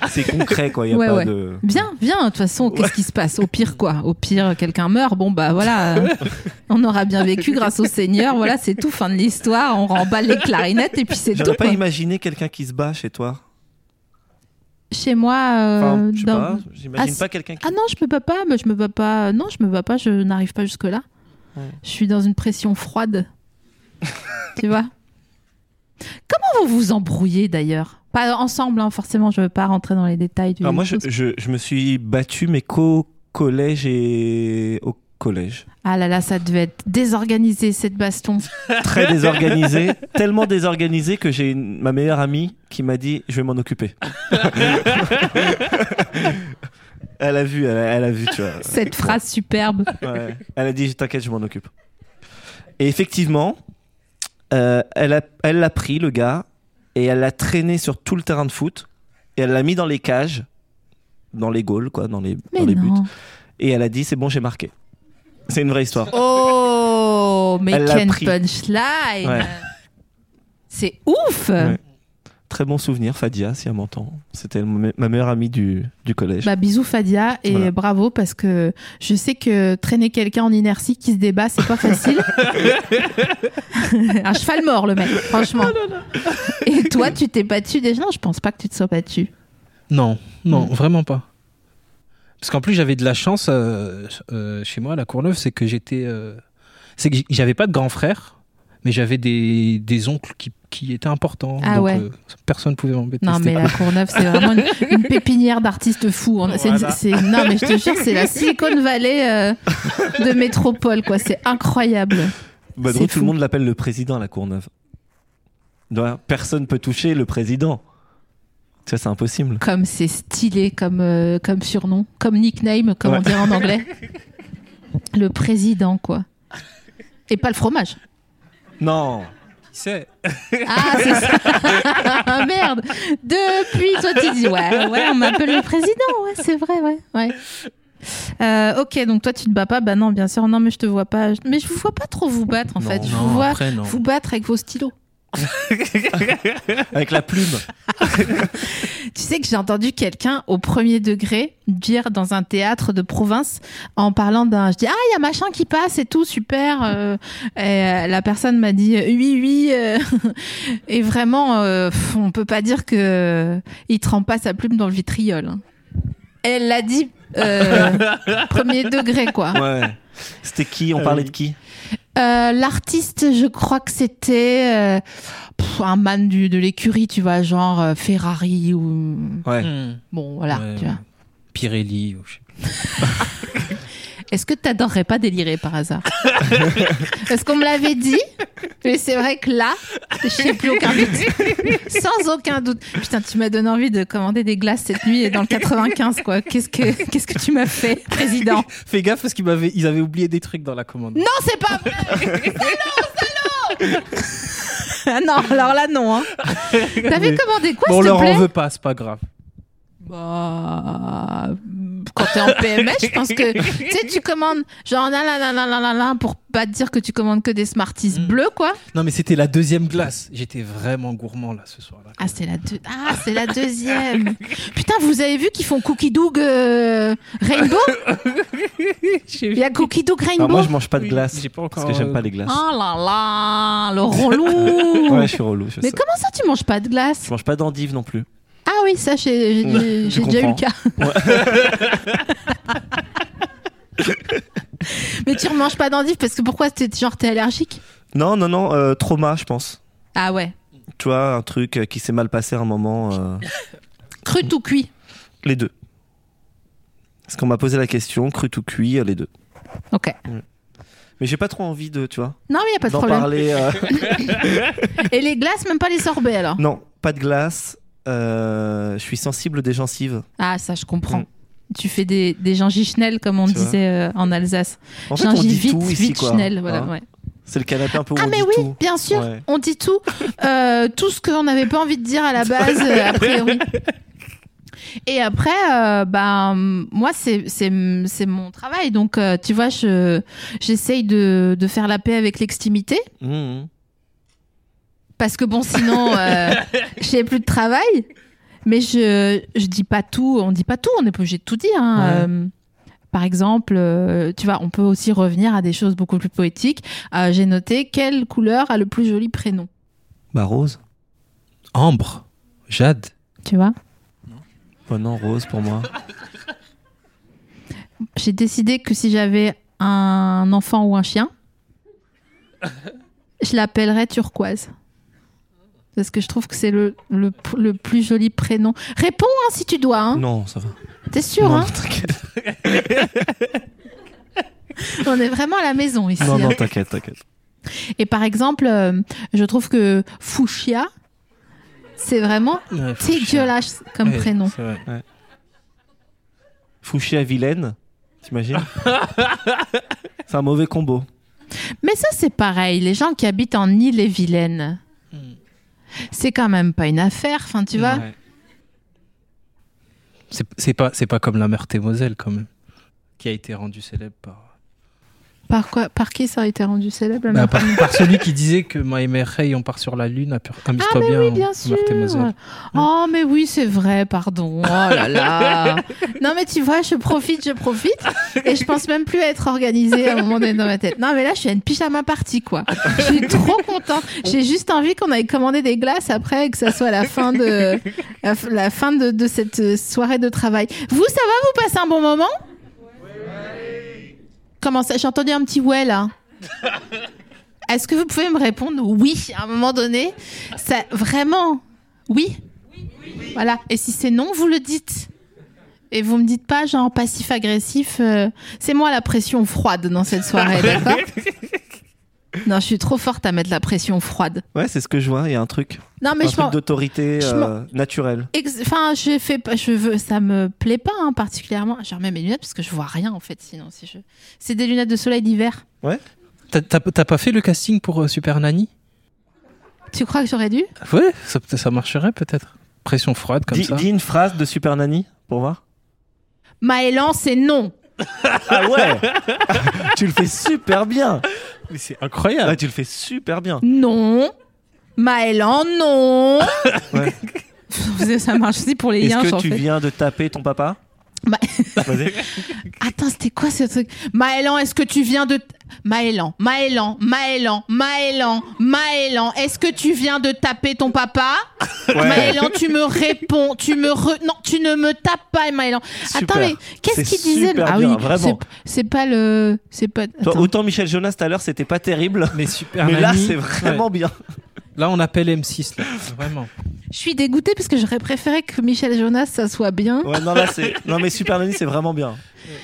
Speaker 3: Ah, C'est concret quoi, il y a
Speaker 2: Ouais,
Speaker 3: pas
Speaker 2: ouais.
Speaker 3: de
Speaker 2: Bien, bien, de toute façon, qu'est-ce qui se passe Au pire, quoi Au pire, quelqu'un meurt, bon, bah voilà, euh, on aura bien vécu grâce au Seigneur, voilà, c'est tout, fin de l'histoire, on remballe les clarinettes et puis c'est tout.
Speaker 3: J'aurais pas
Speaker 2: quoi.
Speaker 3: imaginé quelqu'un qui se bat chez toi.
Speaker 2: chez moi. euh,
Speaker 3: Enfin, je sais
Speaker 2: dans-
Speaker 3: pas, j'imagine
Speaker 2: Ah,
Speaker 3: pas quelqu'un qui.
Speaker 2: Ah non, je me bats pas, mais je me bats pas. Non, je me bats pas, je n'arrive pas jusque-là.
Speaker 3: Ouais.
Speaker 2: Je suis dans une pression froide. tu vois Comment vous vous embrouillez d'ailleurs Pas ensemble, hein, forcément, je veux pas rentrer dans les détails du
Speaker 3: Alors Ah, moi, je,
Speaker 2: chose.
Speaker 3: je, je me suis battu, mais qu'au collège et au collège.
Speaker 2: Ah là là, ça devait être désorganisé cette baston.
Speaker 3: Très désorganisé, tellement désorganisé que j'ai une- ma meilleure amie qui m'a dit je vais m'en occuper. elle a vu, elle a, elle a vu, tu vois.
Speaker 2: Cette phrase superbe.
Speaker 3: Ouais. Elle a dit t'inquiète, je m'en occupe. Et effectivement, euh, elle a- elle l'a pris le gars et elle l'a traîné sur tout le terrain de foot et elle l'a mis dans les cages, dans les goals quoi, dans les,
Speaker 2: Mais
Speaker 3: dans les buts.
Speaker 2: non.
Speaker 3: et elle a dit c'est bon j'ai marqué. C'est une vraie histoire.
Speaker 2: Oh, mais
Speaker 3: Elle l'a
Speaker 2: Ken
Speaker 3: pris.
Speaker 2: Punchline
Speaker 3: Ouais.
Speaker 2: C'est ouf
Speaker 3: Ouais. Très bon souvenir Fadia si elle m'entend. C'était me- ma meilleure amie du, du collège.
Speaker 2: Bah, bisous Fadia et
Speaker 3: Voilà.
Speaker 2: bravo parce que je sais que traîner quelqu'un en inertie qui se débat, c'est pas facile. Un cheval mort, le mec, franchement.
Speaker 3: Oh
Speaker 2: Et toi, tu t'es battu déjà Non, je pense pas que tu te sois battu.
Speaker 4: Non, non,
Speaker 2: Mm.
Speaker 4: vraiment pas. Parce qu'en plus, j'avais de la chance euh, euh, chez moi à la Courneuve, c'est que j'étais. euh, c'est que j- j'avais pas de grand frère, mais j'avais des, des oncles qui, qui étaient importants.
Speaker 2: Ah
Speaker 4: donc,
Speaker 2: ouais.
Speaker 4: euh, personne pouvait m'embêter.
Speaker 2: Non, mais
Speaker 4: c'était
Speaker 2: la
Speaker 4: cool.
Speaker 2: Courneuve, c'est vraiment une, une pépinière d'artistes fous. On- c'est-
Speaker 4: Voilà.
Speaker 2: c'est- non, mais je te jure, c'est la Silicon Valley euh, de métropole, quoi. C'est incroyable.
Speaker 3: Badrou,
Speaker 2: c'est
Speaker 3: Bah, tout
Speaker 2: fou.
Speaker 3: le monde l'appelle le président à la Courneuve. Personne personne peut toucher le président. Ça c'est impossible.
Speaker 2: Comme c'est stylé comme, euh, comme surnom, comme nickname, comme on
Speaker 3: Ouais.
Speaker 2: dirait en anglais. Le président, quoi. Et pas le fromage.
Speaker 3: Non.
Speaker 4: Qui sait
Speaker 2: Ah, c'est ça. Merde. Depuis, toi, tu dis, ouais, ouais, on m'appelle le président. Ouais, c'est vrai, ouais. ouais. Euh, ok, donc toi, tu te bats pas. Bah non, bien sûr. Non, mais je te vois pas. Je- Mais je vous vois pas trop vous battre, en
Speaker 3: Non,
Speaker 2: fait. Je
Speaker 4: Non,
Speaker 2: vous vois
Speaker 4: après, non.
Speaker 2: vous battre avec vos stylos.
Speaker 3: Avec la plume.
Speaker 2: Tu sais que j'ai entendu quelqu'un au premier degré dire dans un théâtre de province en parlant d'un. Je dis ah il y a machin qui passe et tout super. euh, et, euh, la personne m'a dit euh, oui oui euh, et vraiment euh, pff, on peut pas dire que euh, il trempe pas sa plume dans le vitriol. hein. Elle l'a dit euh, premier degré quoi.
Speaker 3: Ouais. C'était qui On
Speaker 4: Ah
Speaker 3: parlait
Speaker 4: oui.
Speaker 3: de qui
Speaker 2: Euh, L'artiste je crois que c'était euh, pff, un man du, de l'écurie tu vois genre euh, Ferrari ou
Speaker 3: Ouais.
Speaker 4: Mm.
Speaker 2: bon voilà
Speaker 4: Ouais,
Speaker 2: tu vois.
Speaker 4: Pirelli. ou je sais pas.
Speaker 2: Est-ce que t'adorerais pas délirer par hasard Parce qu'on me l'avait dit, mais c'est vrai que là, je sais plus aucun doute. Sans aucun doute. Putain, tu m'as donné envie de commander des glaces cette nuit et dans le 95, quoi. Qu'est-ce que, qu'est-ce que tu m'as fait, président Hmm,
Speaker 4: Fais gaffe parce qu'ils m'avaient- ils avaient oublié des trucs dans la commande.
Speaker 2: Non, c'est pas vrai Salaud, salaud Ah non, alors là, non. Hein. T'avais
Speaker 4: Mais-
Speaker 2: commandé quoi,
Speaker 4: bon, on
Speaker 2: s'il
Speaker 4: leur
Speaker 2: te plaît
Speaker 4: en veut pas, c'est pas grave.
Speaker 2: Bah, quand t'es en PMS, je pense que tu sais, tu commandes genre là là là là là là là pour pas te dire que tu commandes que des Smarties
Speaker 4: Mm.
Speaker 2: bleus quoi.
Speaker 4: Non, mais c'était la deuxième glace. J'étais vraiment gourmand là ce soir-là.
Speaker 2: Ah c'est la deux... ah c'est la deuxième. Putain, vous avez vu qu'ils font Cookie Doug euh, Rainbow
Speaker 4: J'ai-
Speaker 2: Il y a Cookie Doug
Speaker 3: Alors,
Speaker 2: Rainbow.
Speaker 3: Ah, moi je mange pas de
Speaker 4: Oui,
Speaker 3: glace
Speaker 4: j'ai pas
Speaker 3: parce
Speaker 4: encore,
Speaker 3: que j'aime
Speaker 4: euh,
Speaker 3: pas les glaces.
Speaker 2: Oh là là, le relou.
Speaker 3: Ouais, je suis relou. Je
Speaker 2: Mais
Speaker 3: sais.
Speaker 2: comment ça tu manges pas de glace
Speaker 3: Je mange pas d'endive non plus.
Speaker 2: Ah oui, ça j'ai j'ai-
Speaker 3: Ouais,
Speaker 2: j'ai
Speaker 3: Mm. je
Speaker 2: déjà eu le
Speaker 3: comprends.
Speaker 2: cas. Mais tu ne manges pas d'endive parce que pourquoi t'es genre t'es allergique
Speaker 3: Non, non, non. euh, trauma, je pense.
Speaker 2: Ah ouais.
Speaker 3: Tu vois, un truc euh, qui s'est mal passé à un moment. euh,
Speaker 2: Cru ou cuit
Speaker 3: Les deux. Parce qu'on m'a posé la question, crut ou cuit, euh, les deux.
Speaker 2: Ok.
Speaker 3: Mais j'ai pas trop envie de, tu vois,
Speaker 2: Non, mais il n'y a pas de
Speaker 3: d'en
Speaker 2: problème.
Speaker 3: parler. euh,
Speaker 2: Et les glaces, même pas les sorbets alors
Speaker 3: non, pas de glace. euh, je suis sensible des gencives.
Speaker 2: Ah, ça, je comprends.
Speaker 3: Mm.
Speaker 2: Tu fais des, des gingischnelles, comme on
Speaker 3: Tu
Speaker 2: disait euh, en Alsace.
Speaker 3: En fait, on dit
Speaker 2: Gingivite,
Speaker 3: tout ici,
Speaker 2: vite
Speaker 3: quoi.
Speaker 2: schnell, voilà,
Speaker 3: Hein
Speaker 2: ouais.
Speaker 3: C'est le canapé un peu où
Speaker 2: Ah,
Speaker 3: on
Speaker 2: mais
Speaker 3: dit
Speaker 2: oui,
Speaker 3: tout.
Speaker 2: bien sûr,
Speaker 3: Ouais.
Speaker 2: on dit tout. Euh, tout ce qu'on n'avait pas envie de dire à la base, euh, a priori. Et après, euh, bah, moi, c'est c'est- c'est mon travail. Donc, euh, tu vois, je- j'essaye de, de faire la paix avec l'extimité.
Speaker 3: Mmh, mmh.
Speaker 2: Parce que bon, sinon, euh, j'ai plus de travail. Mais je, je dis pas tout, on dit pas tout, on n'est pas obligé de tout dire. hein. Euh, par exemple, euh, tu vois, on peut aussi revenir à des choses beaucoup plus poétiques. Euh, j'ai noté quelle couleur a le plus joli prénom,
Speaker 3: Bah, rose.
Speaker 4: Ambre, Jade.
Speaker 2: tu vois
Speaker 3: Oh non, rose pour moi.
Speaker 2: J'ai décidé que si j'avais un enfant ou un chien, je l'appellerais Turquoise. Parce que je trouve que c'est le, le, p- le plus joli prénom. Réponds hein, si tu dois. Hein.
Speaker 3: Non, ça va.
Speaker 2: T'es sûr
Speaker 3: non,
Speaker 2: hein
Speaker 3: t'inquiète.
Speaker 2: On est vraiment à la maison ici.
Speaker 3: Non,
Speaker 2: hein.
Speaker 3: non, t'inquiète, t'inquiète.
Speaker 2: Et par exemple, euh, je trouve que Fuchsia, c'est vraiment
Speaker 4: Ouais, faut que je-
Speaker 2: dégueulasse comme
Speaker 3: Eh.
Speaker 4: Ouais,
Speaker 2: prénom.
Speaker 4: c'est vrai.
Speaker 3: Fouché à Vilaine, t'imagines C'est un mauvais combo.
Speaker 2: Mais ça, c'est pareil. Les gens qui habitent en Île-et-Vilaine, c'est quand même pas une affaire. Enfin, tu vois.
Speaker 3: Hmm. Ouais.
Speaker 4: C'est c'est pas, c'est pas comme la mère Moselle quand même, qui a été rendue célèbre par.
Speaker 2: Par quoi Par qui ça a été rendu célèbre la
Speaker 4: Bah,
Speaker 2: mère
Speaker 4: par, par celui qui disait que My Mère Hey, on part sur la lune, appu- amuse-toi bien.
Speaker 2: Ah,
Speaker 4: hein,
Speaker 2: Oui, bien
Speaker 4: Mère
Speaker 2: sûr.
Speaker 4: Moselle.
Speaker 2: Oh, mais oui, c'est vrai, pardon. Oh là là. non, mais tu vois, je profite, je profite. Et je pense même plus à être organisée à un moment donné dans ma tête. Non, mais là, je suis à une pyjama party, quoi. Je suis trop contente. J'ai juste envie qu'on aille commander des glaces après et que ça soit la fin de, la, f- la fin de, de cette euh, soirée de travail. Vous, ça va Vous passez un bon moment Comment ça J'ai entendu un petit ouais là. Est-ce que vous pouvez me répondre oui à un moment donné ça, Vraiment oui Voilà. Et si c'est non, vous le dites. Et vous me dites pas, genre, passif-agressif. euh, C'est moi la pression froide dans cette
Speaker 3: Ah
Speaker 2: soirée, d'accord Non, je suis trop forte à mettre la pression froide.
Speaker 3: Ouais, c'est ce que je vois, il y a un truc.
Speaker 2: Non, mais
Speaker 3: un
Speaker 2: je
Speaker 3: truc
Speaker 2: pense.
Speaker 3: d'autorité
Speaker 2: je
Speaker 3: euh, naturelle.
Speaker 2: Ex- Enfin, je fais pas, je veux, ça me plaît pas hein, particulièrement. Je remets mes lunettes parce que je vois rien en fait. Sinon, si je, c'est des lunettes de soleil d'hiver.
Speaker 4: T'as- T'as t'as pas fait le casting pour euh, Super Nanny
Speaker 2: Tu crois que j'aurais dû
Speaker 4: Ouais, ça, ça marcherait peut-être. Pression froide comme
Speaker 3: Dis,
Speaker 4: ça.
Speaker 3: dis une phrase de Super Nanny pour voir.
Speaker 2: Maëlan, c'est non.
Speaker 3: Ah ouais Tu le fais super bien
Speaker 4: Mais c'est incroyable.
Speaker 3: Ouais, tu le fais super bien.
Speaker 2: Non. Maëlan, non.
Speaker 3: Ouais.
Speaker 2: ça marche aussi pour les
Speaker 3: Est-ce
Speaker 2: liens,
Speaker 3: que
Speaker 2: en
Speaker 3: tu
Speaker 2: fait.
Speaker 3: viens de taper ton papa
Speaker 2: Bah-
Speaker 3: Vas-y.
Speaker 2: Attends, c'était quoi ce truc Maëlan, est-ce que tu viens de... t- Maëlan, Maëlan, Maëlan, Maëlan, Maëlan, est-ce que tu viens de taper ton papa
Speaker 3: Ouais.
Speaker 2: Maëlan, tu me réponds, tu me... re- Non, tu ne me tapes pas, Maëlan. Attends,
Speaker 3: Super.
Speaker 2: mais qu'est-ce
Speaker 3: C'est
Speaker 2: qu'il disait
Speaker 3: super
Speaker 2: Ah
Speaker 3: bien,
Speaker 2: oui,
Speaker 3: vraiment.
Speaker 2: c'est- c'est pas le... C'est pas...
Speaker 3: Toi,
Speaker 2: Attends.
Speaker 3: autant Michel Jonas tout à l'heure, c'était pas terrible.
Speaker 4: Mais Super
Speaker 3: Mais là,
Speaker 4: Nanny,
Speaker 3: c'est vraiment bien.
Speaker 4: ouais. Là, on appelle M6, là. Vraiment.
Speaker 2: Je suis dégoûtée parce que j'aurais préféré que Michel Jonas, ça soit bien.
Speaker 3: Ouais, non, là, c'est. Non, mais Super Nanny, c'est vraiment bien.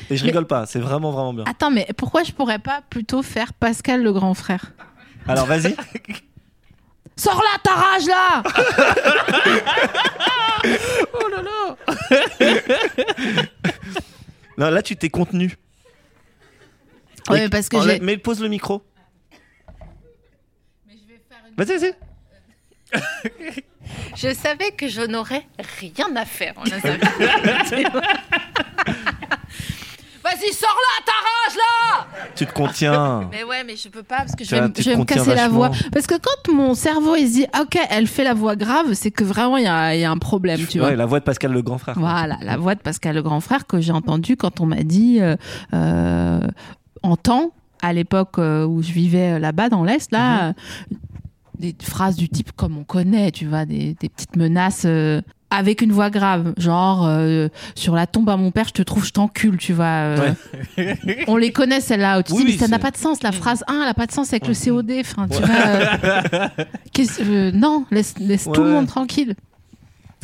Speaker 3: Et je
Speaker 2: Mais-
Speaker 3: rigole pas, c'est vraiment, vraiment bien.
Speaker 2: Attends, mais pourquoi je pourrais pas plutôt faire Pascal le grand frère
Speaker 3: Alors, vas-y.
Speaker 2: Sors là ta rage là
Speaker 3: Non, là, tu t'es contenu.
Speaker 2: Ouais, mais parce que
Speaker 3: Enlève-
Speaker 2: j'ai...
Speaker 3: Mais pose le micro. Vas-y, vas-y.
Speaker 2: Je savais que je n'aurais rien à faire. en la salle. Vas-y, sors là, t'arraches là
Speaker 3: Tu te contiens.
Speaker 2: Mais ouais, mais je peux pas parce que je
Speaker 3: Tiens,
Speaker 2: vais, me-
Speaker 3: tu
Speaker 2: je vais
Speaker 3: te
Speaker 2: me
Speaker 3: contiens
Speaker 2: casser la
Speaker 3: vachement.
Speaker 2: voix. Parce que quand mon cerveau il se dit, ok, elle fait la voix grave, c'est que vraiment il y a, il y a un problème, tu vois.
Speaker 3: Ouais, la voix de Pascal le grand frère.
Speaker 2: Voilà, la voix de Pascal le grand frère que j'ai entendue quand on m'a dit euh, euh, en temps, à l'époque euh, où je vivais euh, là-bas dans l'Est, là,
Speaker 4: Mm-hmm.
Speaker 2: euh, des phrases du type comme on connaît, tu vois, des, des petites menaces. euh, avec une voix grave, genre euh, sur la tombe à mon père, je te trouve, je t'encule, tu vois. euh, on les connaît celles-là. où Tu
Speaker 4: Oui,
Speaker 2: dis, mais
Speaker 4: oui,
Speaker 2: ça n'a
Speaker 4: c'est- Mm.
Speaker 2: pas de sens. La phrase 1, elle n'a pas de sens avec le COD. Enfin, tu vois. euh, qu'est-ce- euh, non, laisse, laisse tout le
Speaker 3: Ouais.
Speaker 2: monde tranquille.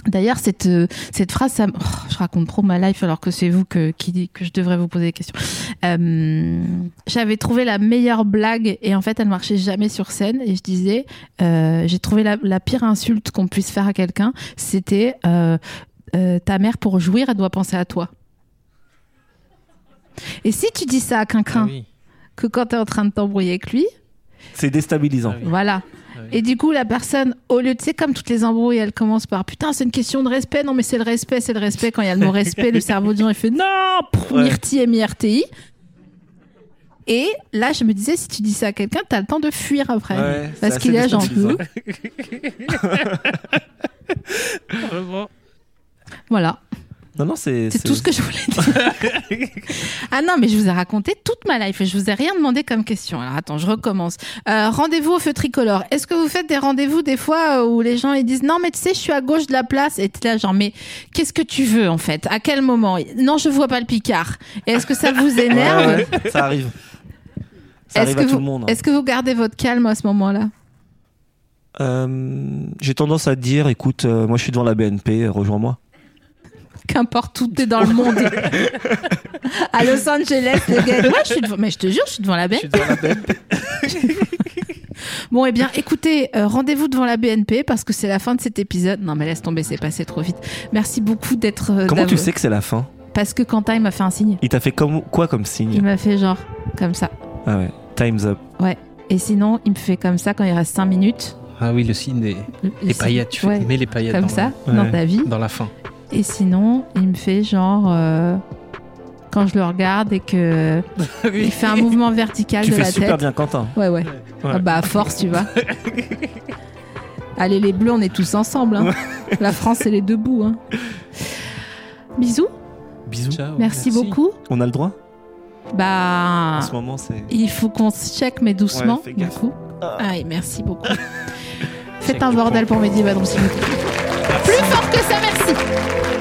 Speaker 2: D'ailleurs, cette, euh, cette phrase, ça, me- oh, je raconte trop ma life alors que c'est vous que, qui dit que je devrais vous poser des questions. Euh, J'avais trouvé la meilleure blague et en fait, elle marchait jamais sur scène. Et je disais, euh, j'ai trouvé la, la pire insulte qu'on puisse faire à quelqu'un, c'était euh, euh, ta mère pour jouir, elle doit penser à toi. Et si tu dis ça à quelqu'un,
Speaker 4: Ah oui.
Speaker 2: que quand t'es en train de t'embrouiller avec lui,
Speaker 3: C'est déstabilisant.
Speaker 4: Ah oui.
Speaker 2: voilà.
Speaker 4: Ah oui.
Speaker 2: Et du coup, la personne, au lieu de, tu sais, comme toutes les embrouilles, elle commence par putain, c'est une question de respect. Non, mais c'est le respect, c'est le respect. Quand il y a le mot respect, le cerveau du gens, il fait non, Pff,
Speaker 3: Ouais.
Speaker 2: Myrti et Myrti. Et là, je me disais, si tu dis ça à quelqu'un, t'as le temps de fuir après.
Speaker 3: Ouais, c'est
Speaker 2: Parce qu'il
Speaker 3: assez
Speaker 2: est genre.
Speaker 3: déstabilisant.
Speaker 4: Vraiment.
Speaker 2: Voilà.
Speaker 3: Non, non, c'est.
Speaker 2: C'est tout ce que je voulais dire. ah non, mais je vous ai raconté toute ma life et je vous ai rien demandé comme question. Alors attends, je recommence. Euh, rendez-vous au feu tricolore. Est-ce que vous faites des rendez-vous des fois euh, où les gens ils disent non mais tu sais je suis à gauche de la place et t'es là genre mais qu'est-ce que tu veux en fait À quel moment Non je vois pas le Picard. Et est-ce que ça vous énerve
Speaker 3: Ouais, ouais, ça arrive. Ça
Speaker 2: Est-ce
Speaker 3: arrive
Speaker 2: que
Speaker 3: à
Speaker 2: vous-
Speaker 3: tout le monde. hein.
Speaker 2: Est-ce que vous gardez votre calme à ce moment-là
Speaker 3: Euh, J'ai tendance à dire écoute, euh, moi je suis devant la BNP, euh, rejoins-moi.
Speaker 2: Qu'importe où t'es dans le monde. à Los Angeles, le gars. Moi, je suis devant- mais je te jure, je suis devant la BNP. Bon, eh bien, écoutez, euh, rendez-vous devant la BNP parce que c'est la fin de cet épisode. Non, mais laisse tomber, c'est passé trop vite. Merci beaucoup d'être. euh,
Speaker 3: Comment tu
Speaker 2: d'avoir-
Speaker 3: sais que c'est la fin
Speaker 2: Parce que Quentin, il m'a fait un signe.
Speaker 3: Il t'a fait comme, quoi comme signe
Speaker 2: Il m'a fait genre comme ça.
Speaker 3: Ah ouais, time's up.
Speaker 2: Et sinon, il me fait comme ça quand il reste 5 minutes.
Speaker 4: Ah oui, le signe des
Speaker 2: Le- le
Speaker 4: les
Speaker 2: signe.
Speaker 4: paillettes. Tu fais-
Speaker 2: Ouais,
Speaker 4: mets les paillettes
Speaker 2: comme
Speaker 4: dans,
Speaker 2: ça,
Speaker 3: Ouais.
Speaker 2: dans ta vie.
Speaker 4: La, dans la fin.
Speaker 2: Et sinon, il me fait genre. euh, quand je le regarde et que. Il fait un mouvement vertical
Speaker 3: Tu
Speaker 2: de
Speaker 3: fais
Speaker 2: la
Speaker 3: super
Speaker 2: tête.
Speaker 3: bien, Quentin.
Speaker 2: Ouais, ouais. Ah bah, à force, tu vas. Allez, les bleus, on est tous ensemble. hein. La France, elle est debout. hein. Bisous,
Speaker 3: Bisous.
Speaker 4: Ciao,
Speaker 2: merci, beaucoup.
Speaker 3: On a le droit
Speaker 2: Bah,
Speaker 3: En ce moment, c'est.
Speaker 2: il faut qu'on se check, mais doucement.
Speaker 3: Ouais, fais
Speaker 2: du
Speaker 3: gaffe.
Speaker 2: coup. Ah oui, merci beaucoup. Faites
Speaker 4: Check
Speaker 2: un
Speaker 4: du
Speaker 2: bordel pour Mehdi Badron, s'il vous plaît. Plus fort que ça, merci.